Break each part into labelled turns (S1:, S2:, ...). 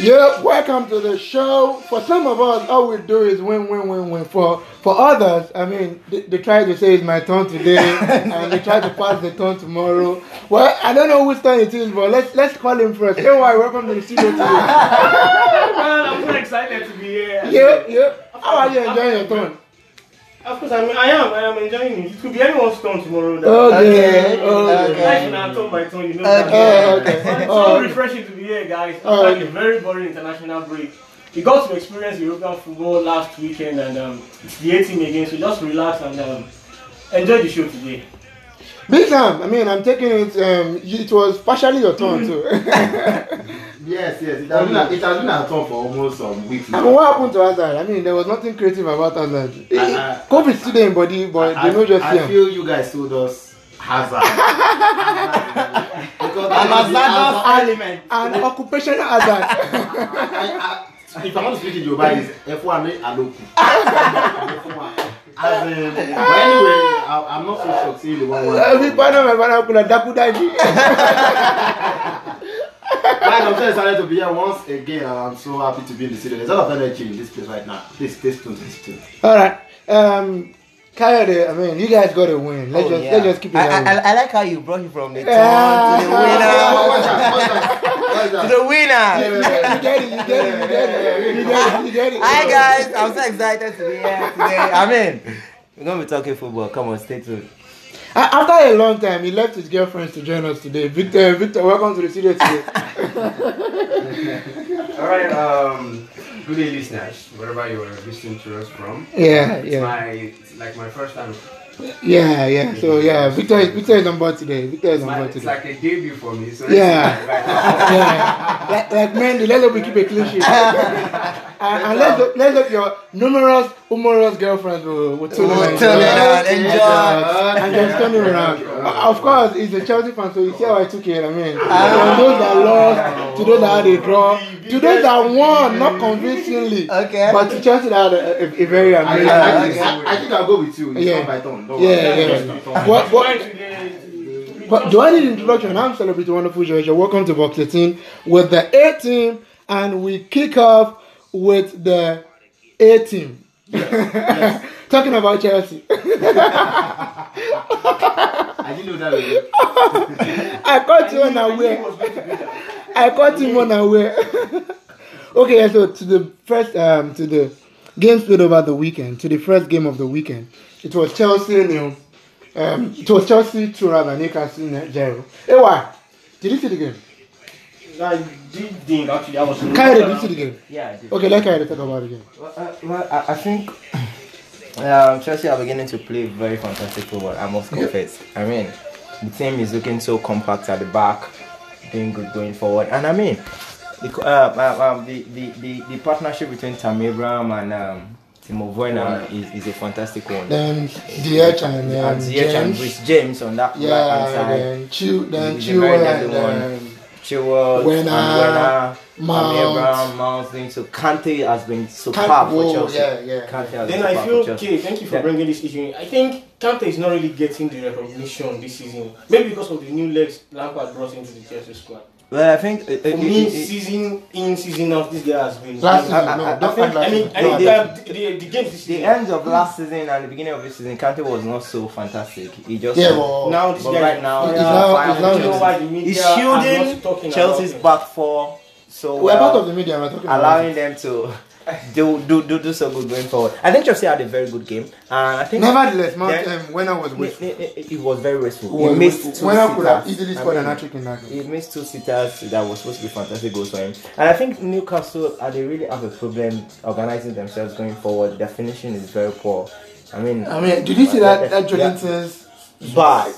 S1: Yeah, welcome to the show. For some of us, all we do is win, win, win, win. For for others, I mean, they, they try to say it's my turn today, and they try to pass the turn tomorrow. Well, I don't know whose turn it is, but let's let's call him first. Hey, why? Welcome to the studio today.
S2: Man, Ah, I'm so excited to be here.
S1: Yeah, yeah. How are you enjoying your turn?
S2: Of course, I mean, I am. I am enjoying it. It could be anyone's turn tomorrow. though.
S1: Okay,
S3: Okay,
S1: okay.
S3: okay.
S2: Life now, turn by turn, you know.
S1: Oh,
S3: Okay.
S2: But
S1: okay.
S2: It's
S1: Oh,
S2: so
S1: okay.
S2: refreshing to be here, guys. After
S1: Oh, okay.
S2: a very boring international break, we got to experience European football last weekend and um, it's the A team again. So just relax and um, enjoy the show today.
S1: Big Sam, I mean, I'm taking it. Um, it was partially your turn too.
S3: Mm. Yes, yes. It has been, a, it has been at home for almost some weeks
S1: I
S3: now.
S1: mean, what happened to Hazard? I mean, there was nothing creative about Hazard. Eh,
S3: I-
S1: COVID still there in body, but
S3: Uh, I,
S1: they know just
S3: I
S1: him.
S3: feel you guys told us Hazard. because Hazard-
S4: element.
S1: An occupational Hazard.
S3: I, I, if I want to speak in Yoruba, it's F1 me Aloku. As in, but anyway, I, I'm not so sure. See the one.
S1: Every
S3: word.
S1: partner, my partner, could have dakudaji.
S3: Guys, I'm so excited to be here once again. I'm so happy to be in the city. There's a lot of energy in this place right now. Please, stay tuned, stay tuned.
S1: All right. Um, Coyote, I mean, you guys got to win. Let's
S4: Oh,
S1: just
S4: yeah.
S1: let's just keep it
S4: I,
S1: that
S4: I,
S1: way.
S4: I- I like how you brought it from the
S1: Yeah.
S4: yeah. Oh to the winner. to the winner.
S1: You get it, you get it, you get it, you get it, you get it.
S4: Hi guys, I'm so excited to be here today. I mean, we're gonna be talking football. Come on, stay tuned.
S1: A- After a long time, he left his girlfriend to join us today. Victor, Victor, welcome to the studio today.
S5: All right. Um, good day, listeners, wherever you are listening to us from.
S1: Yeah,
S5: It's
S1: yeah,
S5: my it's like my first time.
S1: yeah, yeah. So yeah, Victor, is, Victor is on board today. Victor is
S5: It's,
S1: on
S5: my,
S1: board
S5: it's
S1: today.
S5: like a debut for me. So
S1: Yeah.
S5: It's
S1: Yeah, like, like Mandy, let's hope we keep a clean sheet. and and let's hope, let's hope your numerous, humorous girlfriends oh, will, will turn
S4: Will
S1: around.
S4: turn it
S3: around,
S1: Yeah.
S3: enjoy.
S1: And just turn it around.
S3: Yeah.
S1: Of course, he's a Chelsea fan, so you see how I took it. I mean, from those that lost, to those that had a draw, to those that won, not convincingly,
S4: Okay.
S1: but to Chelsea that had a, a, a very
S3: I,
S1: amazing.
S3: I, I,
S1: Yeah,
S3: think- I, I think I'll go with you. It's
S1: Yeah.
S3: not my turn. No,
S1: yeah. What, what,
S2: Going to the- to
S1: But do I need introduction? I'm Celebrity Wonderful Georgia. Welcome to Box 18 with the A team, and we kick off with the A team. Talking about Chelsea.
S3: I didn't know that. Was,
S1: I caught you
S2: I knew
S1: unaware.
S2: it was going to be that.
S1: I caught him unaware. okay, so to the first, um, to the game played over the weekend, to the first game of the weekend, it was Chelsea nil. Um, it was Chelsea two rather Newcastle zero. Hey, why? Did you see the game?
S2: I did think actually I was.
S1: Kyrie, did you see the game?
S4: Yeah, I did.
S1: Okay, let Kyrie talk about the game.
S4: Well, uh, well I, I think um, Chelsea are beginning to play very fantastic football, I must confess. I mean, the team is looking so compact at the back, doing good going forward. And I mean, the, co- uh, um, um, the, the, the, the partnership between Tam Abraham and um, Timo Werner is, is a fantastic one.
S1: Then DH and um,
S4: and Ziyech and
S1: James.
S4: Rich James on that right
S1: Yeah,
S4: hand side.
S1: then Chew, then
S4: He's a
S1: Chew
S4: very
S1: and
S4: deadly one.
S1: um,
S4: Chilwell,
S1: Werner,
S4: and Werner,
S1: Mount.
S4: Tammy Abraham, Mount, doing so Kante has been superb
S1: Kante-
S4: for
S1: whoa,
S4: Chelsea.
S1: oh, yeah, yeah.
S4: Kante
S2: Then
S4: has been
S2: I
S4: superb
S2: feel
S4: for Chelsea.
S2: okay. Thank you for
S4: Yeah.
S2: bringing this issue. in. I think Kante is not really getting the recognition this season. Maybe because of the new legs Lampard brought into the Chelsea squad.
S4: Well, I think uh, uh,
S2: For
S4: it-
S2: me,
S4: it- it-
S2: season in, season out, this guy has been.
S1: last season.
S2: I,
S4: I-
S1: No,
S4: Uh, I-
S1: don't
S4: I
S1: find
S4: think-
S1: last
S2: mean,
S1: season.
S2: I
S1: No,
S2: mean, uh, the, the, the games this
S4: the
S2: season.
S4: end of last season and the beginning of this season, Kante was not so fantastic. He just
S1: Yeah, but
S2: Now this
S4: but
S2: guy
S4: right now,
S1: He's
S4: yeah,
S1: now-
S4: fine.
S1: he's now-
S2: I don't know why the media
S4: he's
S2: are not talking
S4: shielding
S2: about
S4: Chelsea's
S2: him.
S4: back four so uh,
S1: we're part of
S4: well,
S1: the media. We're talking about. it.
S4: allowing them to do, do do do so good going forward. I think Chelsea had a very good game, and I think
S1: Nevertheless, Mount
S4: Then-
S1: um, when I was
S4: it,
S1: wasteful,
S4: it, it- it was very wasteful.
S1: He was
S4: he missed
S1: wasteful.
S4: two
S1: when I could have
S4: sitters.
S1: easily
S4: I
S1: scored an
S4: mean,
S1: hat trick in that game.
S4: He missed two sitters that was supposed to be fantastic goals for him. And I think Newcastle, uh, they really have a problem organizing themselves going forward. Their finishing is very poor. I mean,
S1: I mean, did you see that that
S4: Yeah.
S1: Jordan's?
S4: But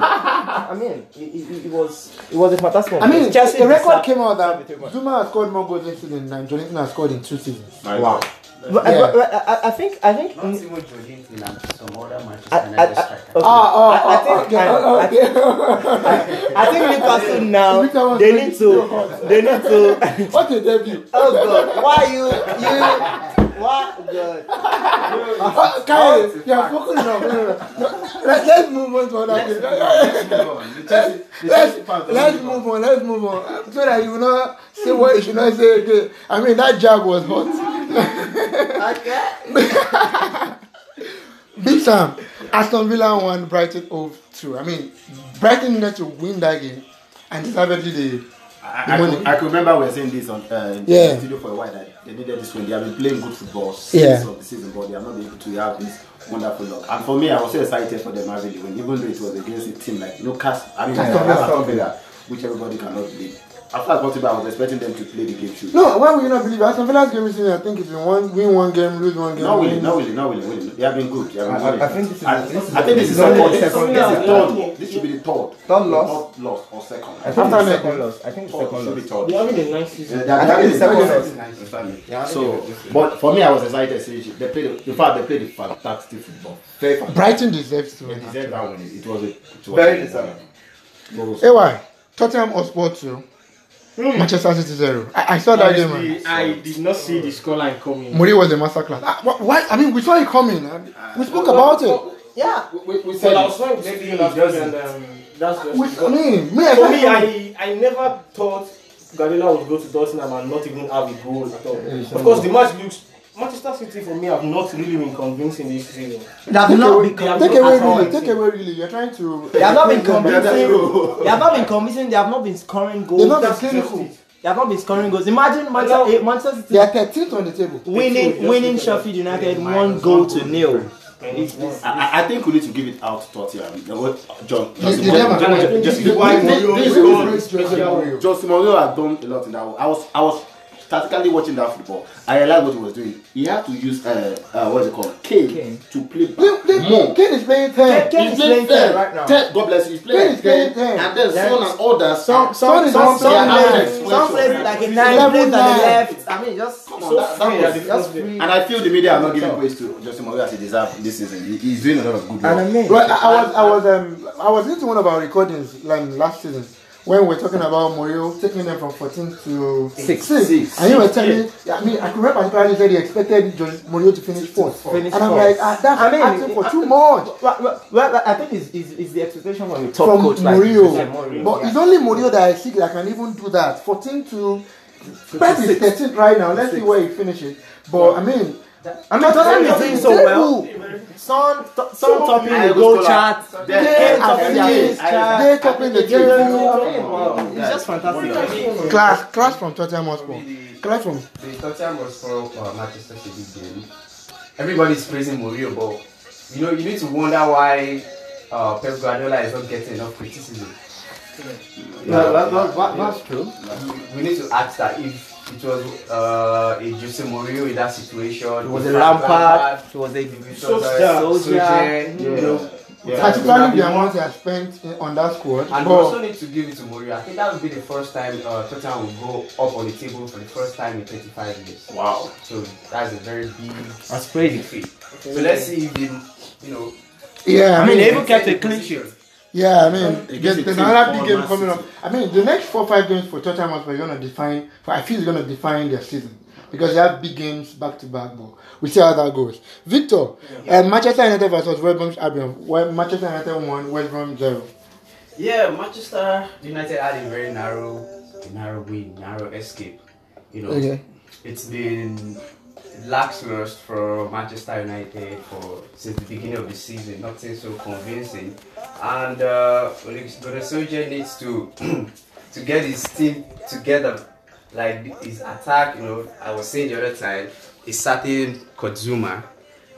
S4: I mean, I mean, it, it, it was it was a fantastic.
S1: I mean,
S4: Chelsea
S1: the record
S4: deserve-
S1: came out
S4: deserve
S1: that
S4: it.
S1: Zuma has scored more goals this season than Jordan has scored in two seasons.
S4: Wow. But,
S1: Yeah.
S4: but, but I, I think I think.
S5: not even Jorginho and some other Manchester
S4: I, I, I,
S5: United striker.
S4: okay.
S1: Ah, oh,
S4: I- I
S1: oh,
S4: think-
S1: okay,
S4: I-
S1: oh,
S4: I
S1: okay.
S4: I think Newcastle
S1: Victor
S4: now
S1: was
S4: they
S1: going
S4: need to they need to
S1: What a debut!
S4: Oh God, why you you What God?
S1: Uh, Kyle, you are fucking up. No, no, no. Let, let's move on to other things.
S3: Let's move on. The Chelsea- the Chelsea
S1: Let's,
S3: part of
S1: let's
S3: the
S1: move on, let's move on. So that you will not say what you should not say again. I mean, that jab was hot.
S4: Okay.
S1: Big Sam, Aston Villa won, Brighton 0-2. I mean, Brighton needed to win that game. And deservedly they...
S3: I, I, could, I could remember we were saying this on uh, in
S1: Yeah.
S3: the studio for a while that they needed this win. They have been playing good football
S1: Yeah.
S3: since of the season, but they have not been able to have this wonderful luck. And for me, I was so excited for them having the win, even though it was against a team like you know, Cas- I mean, uh,
S1: Aston Villa.
S3: Aston Villa, which everybody cannot believe. After possible, I was expecting them to play the game shoot.
S1: No, why would you not believe it? Aston Villa's game this season, I think it's been one, win one game, lose one game.
S3: Not
S1: win-
S3: willing, not willing, not willing, willing. They have been good. They have been
S4: I- I-
S3: good.
S4: I think this is-
S3: I,
S4: this is-
S3: I think this
S4: this
S3: is
S4: is only
S3: second. This
S4: the
S3: is
S4: second
S2: game.
S3: third. This should be the third.
S4: Third loss?
S3: Third loss or second.
S4: I think
S1: After
S4: it's
S1: that,
S4: second loss. I think it's
S3: Third
S4: second
S3: should be
S4: loss.
S3: third.
S2: We're having a nice
S3: Yeah,
S2: season.
S3: they are- they are
S4: I think it's
S3: having
S4: second
S3: the-
S4: loss. Yeah, I think
S3: So,
S4: it's-
S3: but for me, I was excited. See, they played. In fact, they played the fantastic football. Very fantastic.
S1: Brighton deserves to
S3: They
S1: win.
S3: deserved that one. It was a it was
S4: Very
S3: a-
S4: deserved.
S3: Goals.
S1: Hey, why? Tottenham Hotspur 2, Manchester City 0. I, I saw Mm. that game, man.
S2: Hmm. Honestly, I did not see the scoreline coming.
S1: Muri was a masterclass. Ah, wh- why? I mean, we saw it coming. I mean, we spoke about it.
S4: Yeah.
S3: We- We, we said
S2: But I
S3: it.
S2: was not maybe last week and um, that's just.
S1: We, I mean, me, I
S2: For me,
S1: said-
S2: I, I never thought Guardiola would go to Tottenham and not even have a goal at all. Of course, the match looks. Manchester City for me have not really been convincing this season.
S4: That's
S1: Take
S4: not
S1: away,
S4: because
S1: take
S2: not
S1: away
S2: at all
S1: really, take
S2: anything.
S1: away really. You're trying to.
S4: They have not been
S3: They
S4: convincing.
S3: deserved goal.
S4: They have not been convincing. They have not been scoring goals.
S1: They're not been
S2: That's just
S1: clinical.
S2: it.
S4: They have not been scoring goals. Imagine Manchester, eh, Manchester
S1: They
S4: City
S1: are 13th on the table.
S4: winning, winning Sheffield United one goal to nil.
S2: And it's this.
S3: I, I- I think we need to give it out to Tottenham. You know what, John,
S1: You-
S3: Jose
S1: you never-
S3: Mourinho-
S2: This
S3: Jose-
S2: is why
S3: Jose-
S2: Mourinho
S3: Jose-
S2: is
S3: Jose-
S2: God.
S3: Jose- Jose- Jose Mourinho had done a lot in that. One. I was, I was statically watching that football. I realized what he was doing. He had to use uh, uh what's it called, Kane,
S4: Kane.
S3: to play
S1: They- they-
S3: more.
S1: Kane is playing 10.
S4: Kane
S3: He's
S4: is playing
S3: ten.
S4: ten right now.
S3: Ten, God bless you. He's
S1: Kane
S3: playing
S1: is playing
S3: ten,
S1: ten.
S3: and then
S4: Then-
S3: Son and others.
S1: Son
S4: Some some
S1: is
S4: some
S1: on-
S4: some
S1: Son is-
S4: plays some plays like a nine
S1: Eleven
S4: plays on the
S1: nine.
S4: left. I mean just
S3: Come on, that, that was,
S4: just free.
S3: and I feel the media are not giving praise to Justin Mourinho as he deserves this season. He, he's doing a lot of good work.
S4: And I mean,
S1: Well, I, I was, I was, um, I was into one of our recordings like last season when we were talking about Morio taking them from 14 to
S4: Six.
S3: Six.
S1: And you were telling me, I mean, I could remember particularly said he expected Jose Morio to finish fourth.
S4: Finish
S1: and I'm
S4: fourth.
S1: like, ah, that's
S4: I mean, uh,
S1: asking for
S4: I-
S1: too much.
S4: well, well, well, I think it's, it's, it's the expectation from the top
S1: from
S4: coach
S1: Mourinho.
S4: like Mourinho.
S1: But
S4: yeah.
S1: it's only Mourinho that I see that can even do that. 14 to Pep is 13 right now. Let's see where he finishes. But I mean,
S4: I mean Tottenham is doing so well. Some some topping the goal chart.
S3: Then-
S1: Kane
S4: Kane
S1: and
S4: topping the goals
S1: Kane.
S4: chart.
S1: they topping the table.
S4: It's just fantastic.
S1: Class, class from Tottenham Hotspur. Class from
S5: The Tottenham was for uh, Manchester City game. Everybody's praising Mourinho, but you know you need to wonder why uh, Pep Guardiola is not getting enough criticism.
S4: No, that, that, that, that's true.
S5: We- We need to ask that if it was uh, a Jose Mourinho in that situation.
S4: It was a Lampard. It was a Solskjaer.
S5: Solskjaer. You know,
S3: Yeah.
S1: particularly the amount they have spent in- on that squad.
S5: And we also
S1: But
S5: need to give it to Mourinho. I think that would be the first time uh, Tottenham will go up on the table for the first time in 25 years.
S3: Wow.
S5: So that's a very big
S4: That's crazy.
S5: feat. So let's see if they, you know,
S1: yeah,
S4: I mean, they even kept a clean sheet.
S1: Yeah, I mean, there's,
S3: the
S1: there's
S3: team
S1: another
S3: called
S1: big game
S3: Man
S1: coming up.
S3: City.
S1: I mean, the next four five games for Tottenham Hotspur are going to define. For, I feel it's going to define their season because they have big games back to back. But we see how that goes. Victor, uh, Manchester United versus West Bromwich Albion. Well, Manchester United won, West Brom zero.
S5: Yeah, Manchester United had a very narrow, narrow win, narrow escape. You know,
S1: Okay.
S5: it's been lackluster for Manchester United for since the beginning of the season. Nothing so convincing, and uh, Soldier needs to to get his team together. Like his attack, you know, I was saying the other time, a certain Kozuma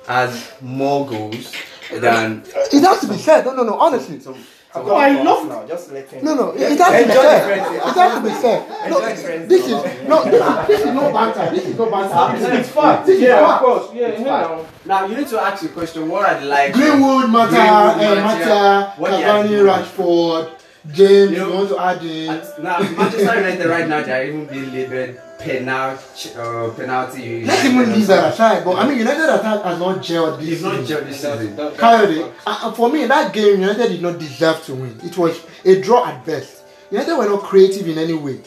S5: has more goals than.
S1: It has to be said. No, no, no. Honestly,
S5: some-
S2: Oh, I love
S4: No, just let him.
S1: no, no. It, it has to be
S5: Enjoy
S1: said.
S5: the friends.
S1: It has to be said. No,
S5: friends.
S1: this is no. This is, this is no banter. This is no banter.
S5: It's fun.
S1: This is
S2: Yeah, of
S1: fact.
S2: course. Yeah, you know.
S5: Now you need to ask your question. What are the like?
S1: Greenwood, Mata,
S5: Greenwood,
S1: uh, Mata,
S5: Mata, what they are
S1: Cavani,
S5: doing.
S1: Rashford, James.
S5: You know,
S1: you want to add in?
S5: And Now Manchester United right now they are even being labelled penalty. Uh, penalty.
S1: Let's even leave that aside. But I mean, United attack has not gelled this.
S5: It's not
S1: season.
S5: just this season.
S1: Coyote, uh, uh, for me, that game, United did not deserve to win. It was a draw at best. United were not creative in any way.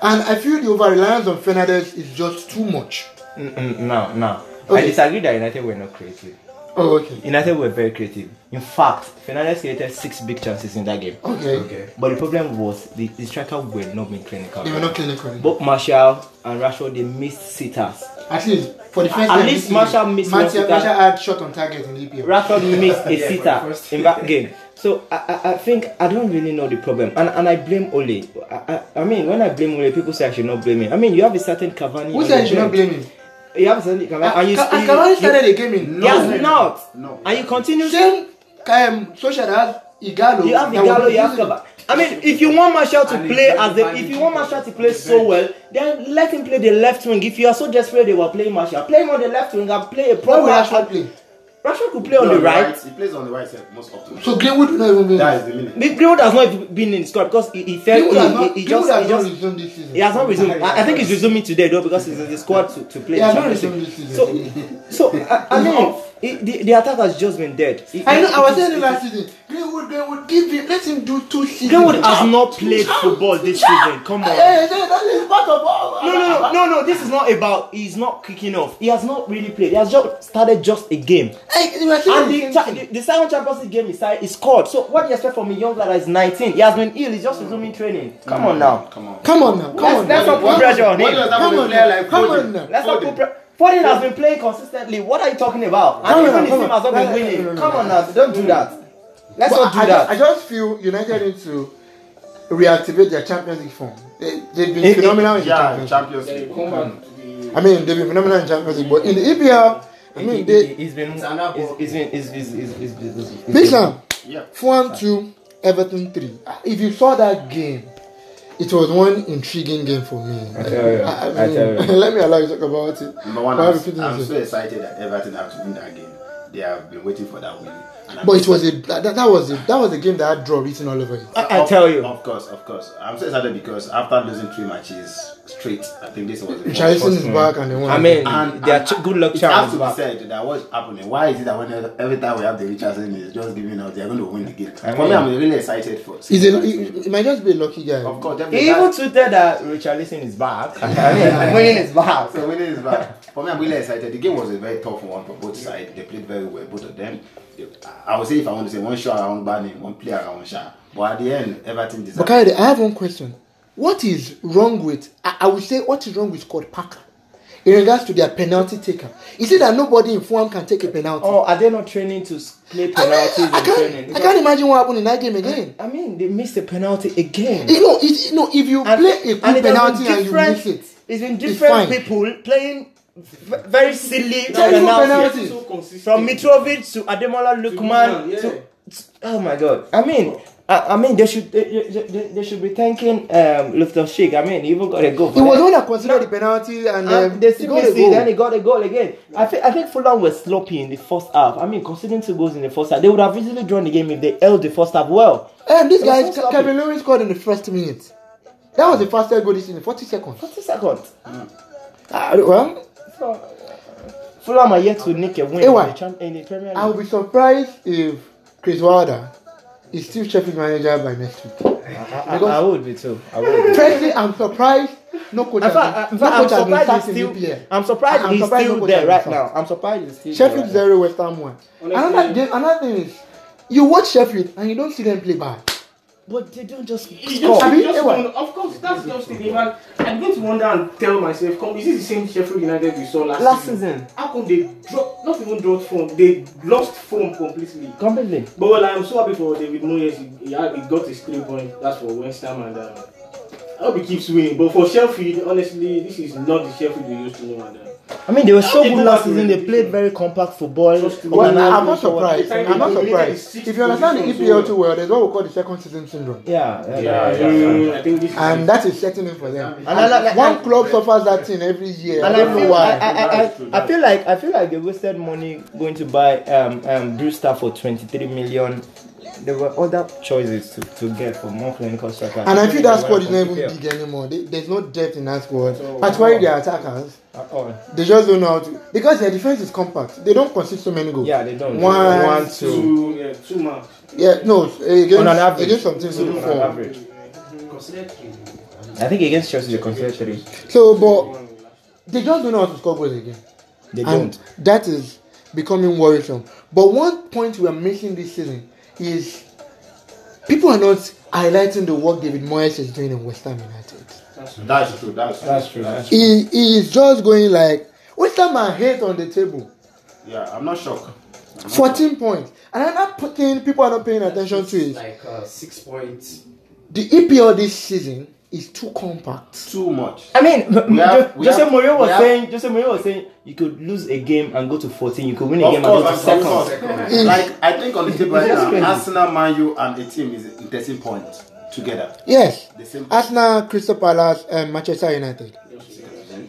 S1: And I feel the over reliance on Fernandez is just too much.
S4: N- n- Mm, No, no. I
S1: Okay.
S4: disagree that United were not creative.
S1: Oh, okay.
S4: United were very creative. In fact, Fernandez created six big chances in that game.
S1: Okay.
S5: Okay.
S4: But the problem was the, the striker were not being clinical.
S1: They were not clinical.
S4: Both Marshall and Rashford they missed sitters.
S1: At least for the first
S4: At
S1: time
S4: least
S1: this season,
S4: Martial missed one
S1: Martial,
S4: sitter.
S1: Martial had shot on target in the EPL.
S4: Rashford missed a
S5: Yeah, for the first
S4: sitter in that game. So I, I, I think I don't really know the problem, and and I blame Ole. I, I, I mean when I blame Ole, people say I should not blame him. I mean you have a certain Cavani.
S1: Who
S4: on
S1: said
S4: your
S1: you should not
S4: bench.
S1: blame him? Ah,
S4: You have a certain Cavani. and you,
S1: Ca-
S4: you-
S1: Has Cavani
S4: you-
S1: started the game in?
S4: He has not.
S3: No.
S4: And you continue.
S1: Same um, Solskjaer has Igalo.
S4: You
S1: that
S4: have
S1: was
S4: Igalo, you have
S1: using-
S4: Kaba. I mean, if you want Marshall to
S5: And he
S4: play
S5: doesn't
S4: as the,
S5: find
S4: if
S5: the
S4: you want
S5: people
S4: Marshall to
S5: on
S4: play
S5: the
S4: so
S5: bench.
S4: well, then let him play the left wing. If you are so desperate, they were playing Marshall. Play him on the left wing and play a
S1: Where will
S4: proper.
S1: Rashford play?
S4: Rashford could play on the right.
S3: He plays on the right side most often.
S1: So Greenwood will not even be.
S3: That is the limit.
S4: Big Greenwood has not been in the squad because he, he felt
S1: Greenwood has
S4: he,
S1: not.
S4: he, he
S1: Greenwood
S4: just
S1: has
S4: he
S1: not
S4: just
S1: resumed this season.
S4: he has not resumed. I, I think he's resuming today though because he's in the squad to, to play.
S1: He has not
S4: Champions
S1: resumed
S4: League.
S1: this season.
S4: So so I, I mean, it, the, the attack has just been dead. It-
S1: I know. I was
S4: it-
S1: saying it last season. Greenwood, Greenwood, give him. Let him do two seasons.
S4: Greenwood has not played football this season. Come on.
S1: Hey, hey, that is part of all.
S4: No, no, no, no, no. This is not about. He's not kicking off. He has not really played. He has just started just a game.
S1: Hey, you are saying
S4: And
S1: the
S4: the,
S1: same
S4: cha-
S1: thing.
S4: the, the second Champions League game he si- he scored. So what do you expect from a young lad that is 19? He has been ill. He's just resuming training. Come on now.
S3: Come on.
S1: Come on now. Come on.
S4: Let's
S1: now.
S4: not put pressure on
S3: What
S4: him.
S3: does that
S1: Come
S3: mean?
S1: on
S3: Player
S1: now.
S3: like
S1: Come
S3: Foden.
S1: on now.
S4: Let's not
S3: Foden.
S4: put pressure. Foden has been playing consistently. What are you talking about?
S1: Come on,
S4: And even his
S1: come
S4: team
S1: on.
S4: has not been
S1: No, no, no, no,
S4: winning.
S1: no,
S4: Come
S1: no.
S4: on now. Don't do that. Let's
S1: But
S4: not do
S1: I Just, I
S4: that.
S1: just feel United need to reactivate their Champions League form. They, they've been
S4: Eh, eh,
S1: phenomenal in
S3: Yeah,
S1: Champions.
S3: Champions
S2: Then
S3: League.
S2: you come back to the.
S1: I mean, they've been phenomenal in Champions League, but in the EPL, I mean, they.
S4: has been.
S3: It's an apple.
S4: It's been. It's it's it's it's- it's- it's-
S1: Bisham,
S3: Yeah.
S1: Fuan two, Everton three. If you saw that game, it was one intriguing game for me. I
S4: tell you,
S1: I
S4: I tell
S1: mean,
S4: you.
S1: let me allow you to talk about it.
S3: Number one,
S1: Why are we
S3: I'm,
S1: putting
S3: I'm
S1: this
S3: so
S1: in?
S3: excited that Everton have to win that game. They have been waiting for that win. And I'm-
S1: But it was a that, that was a that was a game that had draw written all over it.
S4: I, I tell you.
S3: Of course, of course. I'm so excited because after losing three matches straight, I think this was the fourth.
S1: Richarlison is back and they won.
S4: I mean,
S3: And-
S4: they are
S3: and-
S4: ch- good luck
S3: It has
S4: charms.
S3: to be
S4: but-
S3: said that what's happening. Why is it that when every time we have the Richardson is just giving out, they're going to win the game?
S4: I
S3: For me,
S4: mean-
S3: I'm really excited for.
S1: He's a, he,
S3: seeing that.
S1: he might just be a lucky guy.
S3: Of course, definitely.
S4: He even
S3: that's-
S4: tweeted that Richarlison is back. I mean, winning is back.
S3: So winning is back. For me, I'm really excited. The game was a very tough one for both sides. They played very well, both of them. I I would say if I want to say one shot around Barney, one player around Shah. But at the end, everything
S1: But
S3: deserved.
S1: Kayode, I have one question. What is wrong with, I, I would say, what is wrong with Scott Parker in regards to their penalty taker? Is it that nobody in Fulham can take a penalty?
S4: Oh, are they not training to s- play
S1: I,
S4: penalties
S1: I
S4: in
S1: can't,
S4: training?
S1: I can't imagine what happened in that game again.
S4: I mean, they missed a penalty again.
S1: You know, it, you know, if you play a good
S4: it has
S1: penalty
S4: been
S1: and you
S4: different-
S1: miss it,
S4: It's been
S1: fine.
S4: different people playing v- very silly
S1: Terrible penalties.
S4: penalties.
S2: So consistent.
S4: From Mitrovic to Ademola Lukman
S2: Lukman, yeah.
S4: to, to- oh my god. I mean, I, I mean they should they, they, they, they should be thanking um, Loftus Cheek. I mean, he even got a goal.
S1: it
S4: for
S1: was
S4: that.
S1: one that considered the penalty and um,
S4: And they
S1: he
S4: still
S1: got a
S4: missed it,
S1: goal.
S4: then he got a goal again. I think I think Fulham were sloppy in the first half. I mean, considering two goals in the first half, they would have easily drawn the game if they held the first half well.
S1: And Um, this
S4: It was
S1: guy,
S4: so
S1: Ke-
S4: sloppy.
S1: Kevin Lewis scored in the first minute. That was the fastest goal this season, 40 seconds.
S4: Forty seconds.
S1: Ah, well,
S4: So, Fulham are yet to nick a win in
S1: Ewa.
S4: the, champ- in the Premier
S1: I
S4: League.
S1: will be surprised if Chris Wilder is still Sheffield manager by next week.
S4: I, I, I would be too. I would. Be.
S1: Firstly, I'm surprised no coach
S4: In
S1: has been,
S4: fact, I, in
S1: no
S4: fact, I'm
S1: coach has been
S4: surprised
S1: sacked
S4: he's
S1: in
S4: still.
S1: EPL.
S4: I'm surprised
S1: I'm
S4: he's
S1: surprised no
S4: still
S1: coach
S4: there
S1: has
S4: right
S1: been
S4: now. I'm surprised he's still
S1: Sheffield
S4: there.
S1: zero, West Ham one. Another game, another thing is, you watch Sheffield and you don't see them play bad.
S4: But they don't just
S2: It's
S4: score.
S2: just,
S1: Abi,
S2: it's just
S1: Ewa.
S2: wonder- of course, that's just it, man. I'm going to wonder and tell myself, come, is this the same Sheffield United we saw last,
S4: Last season.
S2: How come they dropped, not even dropped form, they lost form completely?
S4: Completely.
S2: But well, I'm so happy for David Moyes. He, he, had- he got his three points. That's for West Ham, and um, I hope he keeps winning. But for Sheffield, honestly, this is not the Sheffield we used to know. And, uh,
S4: I mean, they were so
S2: They
S4: good
S2: do
S4: last
S2: have
S4: season. They
S2: really
S4: played
S2: good.
S4: very compact football.
S2: Just to-
S1: Well,
S4: organized
S1: I'm not
S4: football.
S1: surprised.
S2: They
S1: I'm not
S2: completed
S1: surprised.
S2: six
S1: If you understand the E
S2: positions
S1: EPL
S2: well.
S1: too well, there's what we call the second season syndrome.
S4: Yeah. Yeah.
S2: mm, I think this is
S1: And that is setting in for them.
S4: And I like- like-
S1: One club suffers that thing every year. I
S4: And I
S1: don't know
S4: feel, I,
S1: why.
S4: I, I, I, I feel like I feel like they wasted money going to buy um um Brewster for 23 million. There were other choices to, to get for more clinical strikers.
S1: And I feel that squad is not even
S4: Yeah.
S1: big anymore. They, there's no depth in that squad. Particularly their attackers.
S4: At all.
S1: They just don't know how to because their defense is compact. They don't concede so many goals.
S4: Yeah, they don't.
S1: One,
S4: One, two.
S2: two, yeah, two man.
S1: Yeah, no, uh, against
S4: On an average.
S1: against some teams they do
S4: On an
S1: four.
S4: average.
S5: Consider three.
S4: I think against Chelsea they consider three.
S1: So, but they just don't know how to score goals again.
S4: They
S1: And
S4: don't.
S1: That is becoming worrisome. But one point we are missing this season is people are not highlighting the work David Moyes is doing in West Ham United.
S3: That's true. That's true.
S2: That's true, that's
S1: He, he is just going like West Ham are hate on the table,
S3: Yeah, I'm not shocked. I'm not shocked.
S1: 14 points, and I'm not putting people are not paying attention to it.
S5: It's Like uh, six points.
S1: The EPL this season is too compact.
S3: Too much.
S4: I mean, m-
S3: We have-
S4: Jo-
S3: we
S4: Jose
S3: have-
S4: Mourinho
S3: we
S4: was
S3: have-
S4: saying Jose Mourinho was saying you could lose a game and go to 14, you could win a game
S3: Of course,
S4: and
S3: of
S4: go to
S3: course.
S4: second.
S1: Mm.
S3: Like I think on the table right
S4: It's
S3: now,
S4: crazy.
S3: Arsenal, Man U, and a team is in 13 points together.
S1: Yes,
S3: The same.
S1: Arsenal, Crystal Palace, and Manchester United,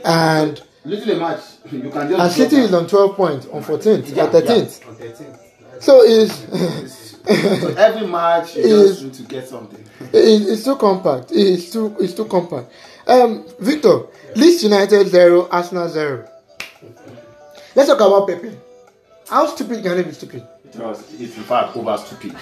S1: and
S3: Literally match. You can just.
S1: and City
S3: drop
S1: is on 12 points, on 14th,
S3: Yeah,
S1: or 13th.
S5: On 13th.
S1: So is
S3: that. So every match you
S1: Is-
S3: just need to get something.
S1: It- it's too compact. It's too it's too compact. Um, Victor, Leeds United zero, Arsenal zero. Let's talk about Pepe. How stupid can he be stupid?
S3: It was, it's in fact over stupid.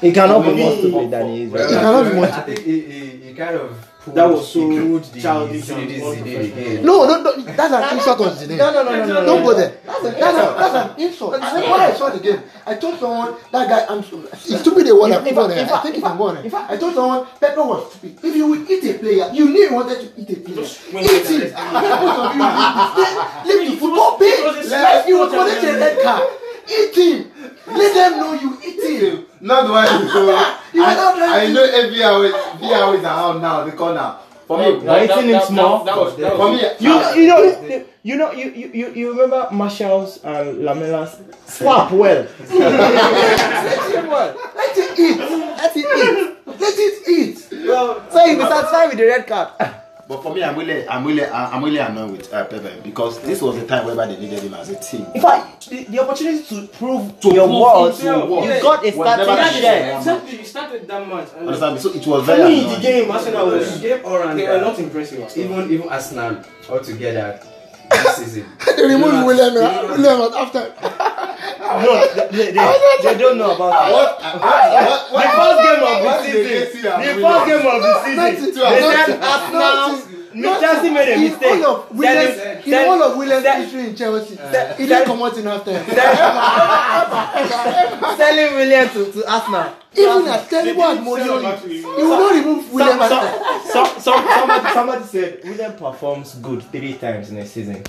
S4: He cannot be
S3: Maybe-
S4: more stupid than he is.
S5: Well,
S4: right
S1: Yeah.
S4: now.
S1: I don't want
S5: I think he, he, he kind of pulled,
S2: That was so
S5: he pulled the
S2: childish
S5: Zinedine
S2: and
S5: Zidane again.
S1: No, no, no that's an insult on Zidane.
S4: No, no, no, no, no,
S1: Don't
S4: no,
S1: go there. That's, an, that's, an, that's an insult. I think when I saw the game, I told someone that guy. I'm it's stupid. They won.
S4: In
S1: I think
S4: fact- in
S1: I
S4: fact-
S1: think
S4: in
S1: it's a
S4: fact-
S1: one.
S4: in fact-
S1: I told someone Pepe was stupid. If you would eat a player, you knew you wanted to eat a player.
S2: when
S1: Eat
S2: you-
S1: him. Let- Leave the football
S2: was-
S1: page.
S2: it was a
S1: Let you
S2: sport.
S1: collect a red card. Eat him. E Let them know you eat him.
S3: E Not why you know.
S1: You are not
S3: I, I
S1: driving.
S3: know every hour, every hour is around now. The corner. For me,
S4: Why isn't it small?
S6: That was that
S3: for
S6: was
S3: me, ah,
S4: You, you know, you know, you, you, you, you remember Marshall's and Lamella's swap well. Let him well.
S1: Let it eat. Let it eat. Let it eat.
S4: So he was satisfied with the red card.
S3: But for me, I'm really, I'm really, I'm really annoyed with uh, Pepe because this was the time whereby they needed him as a team.
S4: In fact, the, the opportunity to prove
S3: To
S4: your
S3: prove
S4: worth,
S3: himself,
S4: you
S3: yes.
S4: got a
S3: Was never
S4: starting
S3: achieved.
S4: share.
S2: Exactly, you started that match. and-
S3: Understand? So it was
S2: For
S3: very
S2: me, the
S3: annoying.
S2: game, Arsenal
S5: He
S2: was.
S5: gave all round,
S2: They were
S5: uh,
S2: not impressive. at all.
S5: even even Arsenal altogether this season.
S1: They removed
S5: Yeah.
S1: William. uh,
S5: Yeah.
S1: William after.
S4: No,
S1: Ah,
S4: they, they,
S1: non,
S4: they, they don't know about it.
S3: What? I- I- What?
S4: The
S3: What?
S4: first game of
S3: What did they see
S4: the season.
S3: as
S4: The
S3: winning?
S4: first game of the season.
S3: Nothing.
S4: They said
S1: Nothing.
S4: Arsenal.
S1: Nothing.
S4: no, Non, Chelsea made a
S1: In
S4: mistake.
S1: all of Williams,
S4: Then-
S1: in
S4: then-
S1: all of Williams'
S4: then-
S1: history in Chelsea,
S4: then-
S1: he
S4: then-
S1: didn't come out in half time.
S4: Selling Williams to, to Arsenal.
S1: Even as terrible as
S2: didn't sell him
S1: Morioli,
S2: actually.
S1: he will not remove
S4: Some,
S1: Williams.
S4: some, some, some, somebody, somebody said William performs good three times in a season.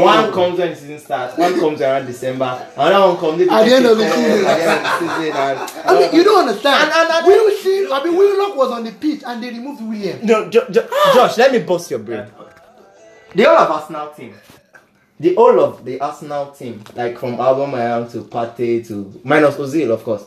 S4: One comes when the season starts, one comes around December, another one comes
S1: At the end of the
S4: At
S1: season.
S4: the end of the season. And,
S1: I mean, you don't understand.
S4: And- and- and-
S1: Will you see? I mean, Willock was on the pitch and they removed William.
S4: No, jo- jo- Josh, let me bust your brain. The whole of Arsenal team. The whole of the Arsenal team, like from Aubameyang to Partey to minus Ozil, of course.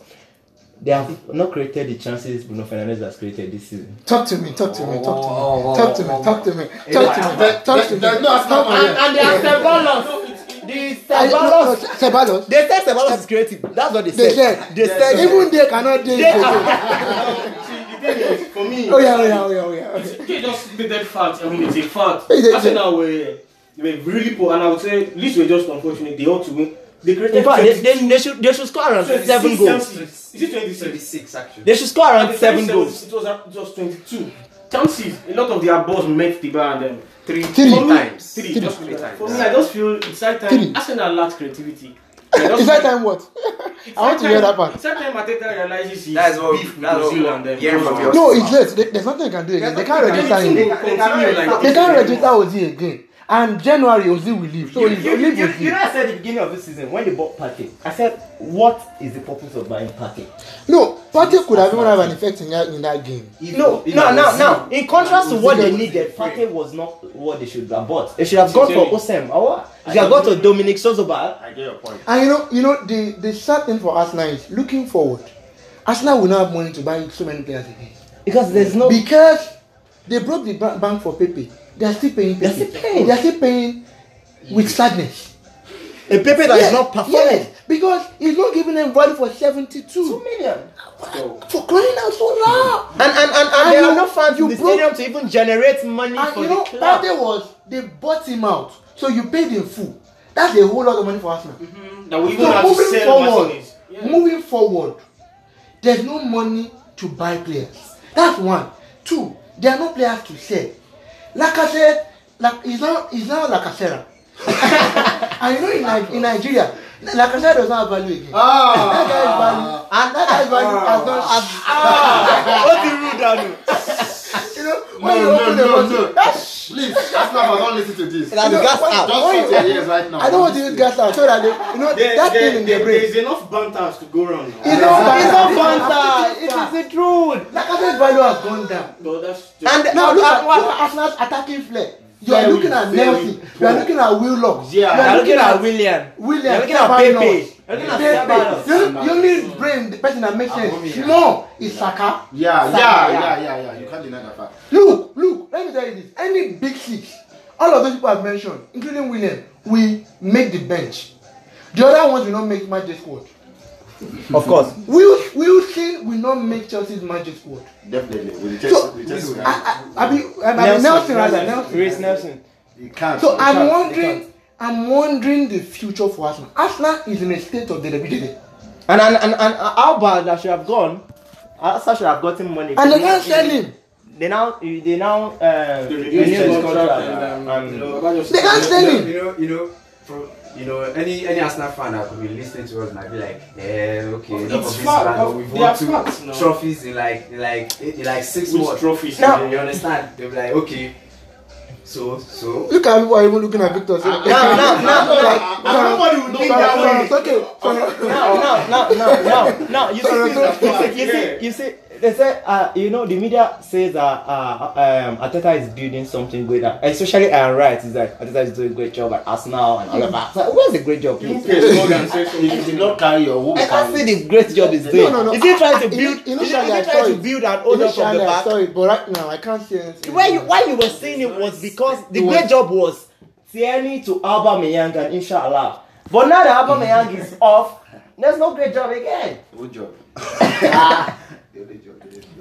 S4: They have not created the chances Bruno Fernandes has created this season.
S1: Talk to me. Talk to me. Talk to me.
S5: Oh, oh, oh,
S1: Talk to me.
S5: oh,
S1: Talk to me. Talk to me.
S3: There-
S1: Talk to
S3: there-
S1: me.
S3: There's no Arsenal fan here.
S4: and they have Ceballos. The
S1: I- no, no, Ceballos.
S4: They said Ceballos is creative. That's what they
S1: They
S4: said.
S1: said.
S4: They said.
S1: Even they cannot do it. Oh
S2: The thing is, for me,
S1: yeah. Oh yeah. Oh yeah. Oh yeah.
S2: they just stated fact. I mean, it's a fact.
S1: It's a-
S2: Arsenal were they were really poor, and I would say Leeds were just unfortunate. They ought to win. They created.
S4: In fact,
S2: 20
S4: they, they, they should they should score around
S2: 26,
S4: seven goals.
S2: 26. Is it 26?
S5: 26 actually.
S4: They should score
S2: At
S4: around
S2: the
S4: seven
S2: time,
S4: goals.
S2: It was at just 22. Chances, a lot of their balls met the bar and then
S5: Three,
S1: Three.
S5: four times.
S2: three.
S5: Just three times.
S2: For me, I just feel it's that time
S1: Three.
S2: Arsenal lacks creativity. They just-
S1: Is that time what?
S2: it's
S1: I want to
S2: that
S1: hear
S2: time-
S1: that part.
S2: It's that time Ateta realizes he's
S5: That's what-
S2: beef with
S5: that's what
S2: Brazil
S5: we-
S2: and them.
S5: yeah, from your-
S1: No, it's late. There- There's nothing I can do. again. They can't register him.
S2: Everything will continue like
S1: They
S2: this.
S1: can't register Ozi again. And January Ozi will leave. So
S4: You,
S1: he's
S4: you, you,
S1: leave
S4: you, you know,
S1: Ozi.
S4: I said at the beginning of the season when they bought Partey, I said, what is the purpose of buying Partey?
S1: No, Partey could have even have an effect in that, in that game.
S4: No, no, no, no. In contrast to what they
S1: Ozil-
S4: needed, Partey was not what they should have bought. They should have gone for
S2: Sincerely.
S4: Osem or what? They should have gone to Dominic Sozoba.
S3: I get your point.
S1: And you know, you know, the the sad thing for Arsenal is looking forward. Arsenal will not have money to buy so many players again
S4: Because there's no.
S1: because they broke the ba- bank for Pepe. They are still paying.
S4: They are
S1: Pepe.
S4: still paying.
S1: They are still paying with sadness.
S4: A paper that is not performing.
S1: Yes, because he's not giving them value for
S4: Two
S1: seventy-two
S4: million.
S1: for crying out so loud.
S4: And, and, and, and,
S1: And
S4: there
S1: you-
S4: are no fans
S1: you
S4: in the
S1: broke-
S4: stadium to even generate money
S1: And
S4: for
S1: you
S4: the
S1: know,
S4: club.
S1: Partey was they bought him out, so you paid in full. That's a whole lot of money for Arsenal.
S2: That we even
S1: So
S2: have to
S1: moving
S2: sell
S1: forward,
S2: Martinez. Yeah.
S1: moving forward, there's no money to buy players. That's one. Two, there are no players to sell. Lacazette, Lacazette like he's not he's not like Acera. I know in, Ni- in Nigeria, like Acera does not have value again. That guy's value, and that guy's value has not.
S2: What the rule down?
S1: You know,
S3: No,
S1: when you
S3: no,
S1: open
S3: no,
S1: the
S3: no.
S1: bottle, that's
S3: Please, that's not. Don't listen to this.
S4: That's
S1: You
S3: Just
S1: know,
S4: gas
S1: when-
S4: out.
S1: when you-
S3: shut your ears right now.
S1: oh, I don't want to use gas out so that they, you know
S2: There,
S1: that
S2: there,
S1: thing in
S2: there,
S1: their
S2: there
S1: brain.
S2: is enough banters to go around now.
S1: It's not
S4: It's
S1: banter.
S4: not banter. It is the truth.
S1: Like Acera's value has gone down.
S2: But that's just.
S4: And
S1: Now
S4: and-
S1: look at
S4: and what-
S1: what Arsenal's attacking flair. You are
S3: Very,
S1: looking at
S3: very
S1: Nelson. You are
S3: poor.
S1: looking at Willock.
S3: Yeah.
S1: You
S4: You're looking at William.
S1: William.
S4: You're looking at
S1: Ceballos.
S4: Pepe. You're looking at
S1: Pepe.
S4: Ceballos.
S1: You know- You only brain the person that makes
S5: Aubameyang.
S1: sense. More is Saka.
S3: Yeah,
S1: Saka,
S3: yeah, yeah, yeah, yeah. You can't deny that fact.
S1: Look, look. Let me tell you this. Any big six, all of those people I've mentioned, including William, we make the bench. The other ones will not make magic squad.
S4: Of course.
S1: Will Wilson will not make Chelsea's magic squad.
S3: Definitely. With the
S1: So,
S3: chest, with the chest, we have-
S1: I, I, I mean, I mean Nelson rather Nelson.
S4: Reece Nelson.
S3: you can't.
S1: So
S3: you
S1: I'm
S3: can't,
S1: wondering, I'm wondering the future for Arsenal. Arsenal is in a state of deliberation,
S4: And and and, and Alba that should have gone. Asa should have gotten money.
S1: and they can't sell him.
S4: They now they now uh,
S2: They
S4: renew
S2: reduced
S4: his
S2: his
S4: contract.
S2: contract
S4: and-
S5: You
S4: and-
S5: know,
S2: Baba just-
S1: They can't
S5: you
S1: sell
S5: know,
S1: him.
S5: You know, you know, from you know, any any Arsenal fan that could be listening to us might be like, eh, okay, enough of
S2: It's
S5: this
S2: fact,
S5: man,
S2: of-
S5: we've
S2: they
S5: won
S2: are
S5: two
S2: facts now.
S5: trophies in like in like in like six
S2: Which
S5: months.
S2: trophies?
S5: Now, you understand? They'll be like, okay, so so.
S1: Look at people are even looking at Victor. Now,
S4: Now now now
S3: I- I- nobody would know that way.
S1: It's okay. Sorry.
S4: now now now now now you see
S1: Sorry,
S4: you
S1: sorry.
S4: see you see, you see they say uh, you know the media says that uh, um, Ateta is building something great uh, especially uh, right is that Ateta is doing a great job at Arsenal and all of that. So where's the great job?
S2: Who
S4: Please?
S2: cares? Morgan said
S3: If you did not carry your woman,
S4: I can't see the great job he's doing.
S1: no, no.
S4: Is he trying to
S1: I-
S4: build?
S1: ini-
S4: is he, is
S1: initially I
S4: he
S1: saw
S4: trying to
S1: it.
S4: build an order from the
S1: Initially, I
S4: back?
S1: saw it, but right now I can't see anything.
S4: Why you why you were saying it was because the great job was Tierney to Alba Meyang and inshallah. But now that Alba Meyang is off, there's no great job again.
S3: Good job. Good job. good job.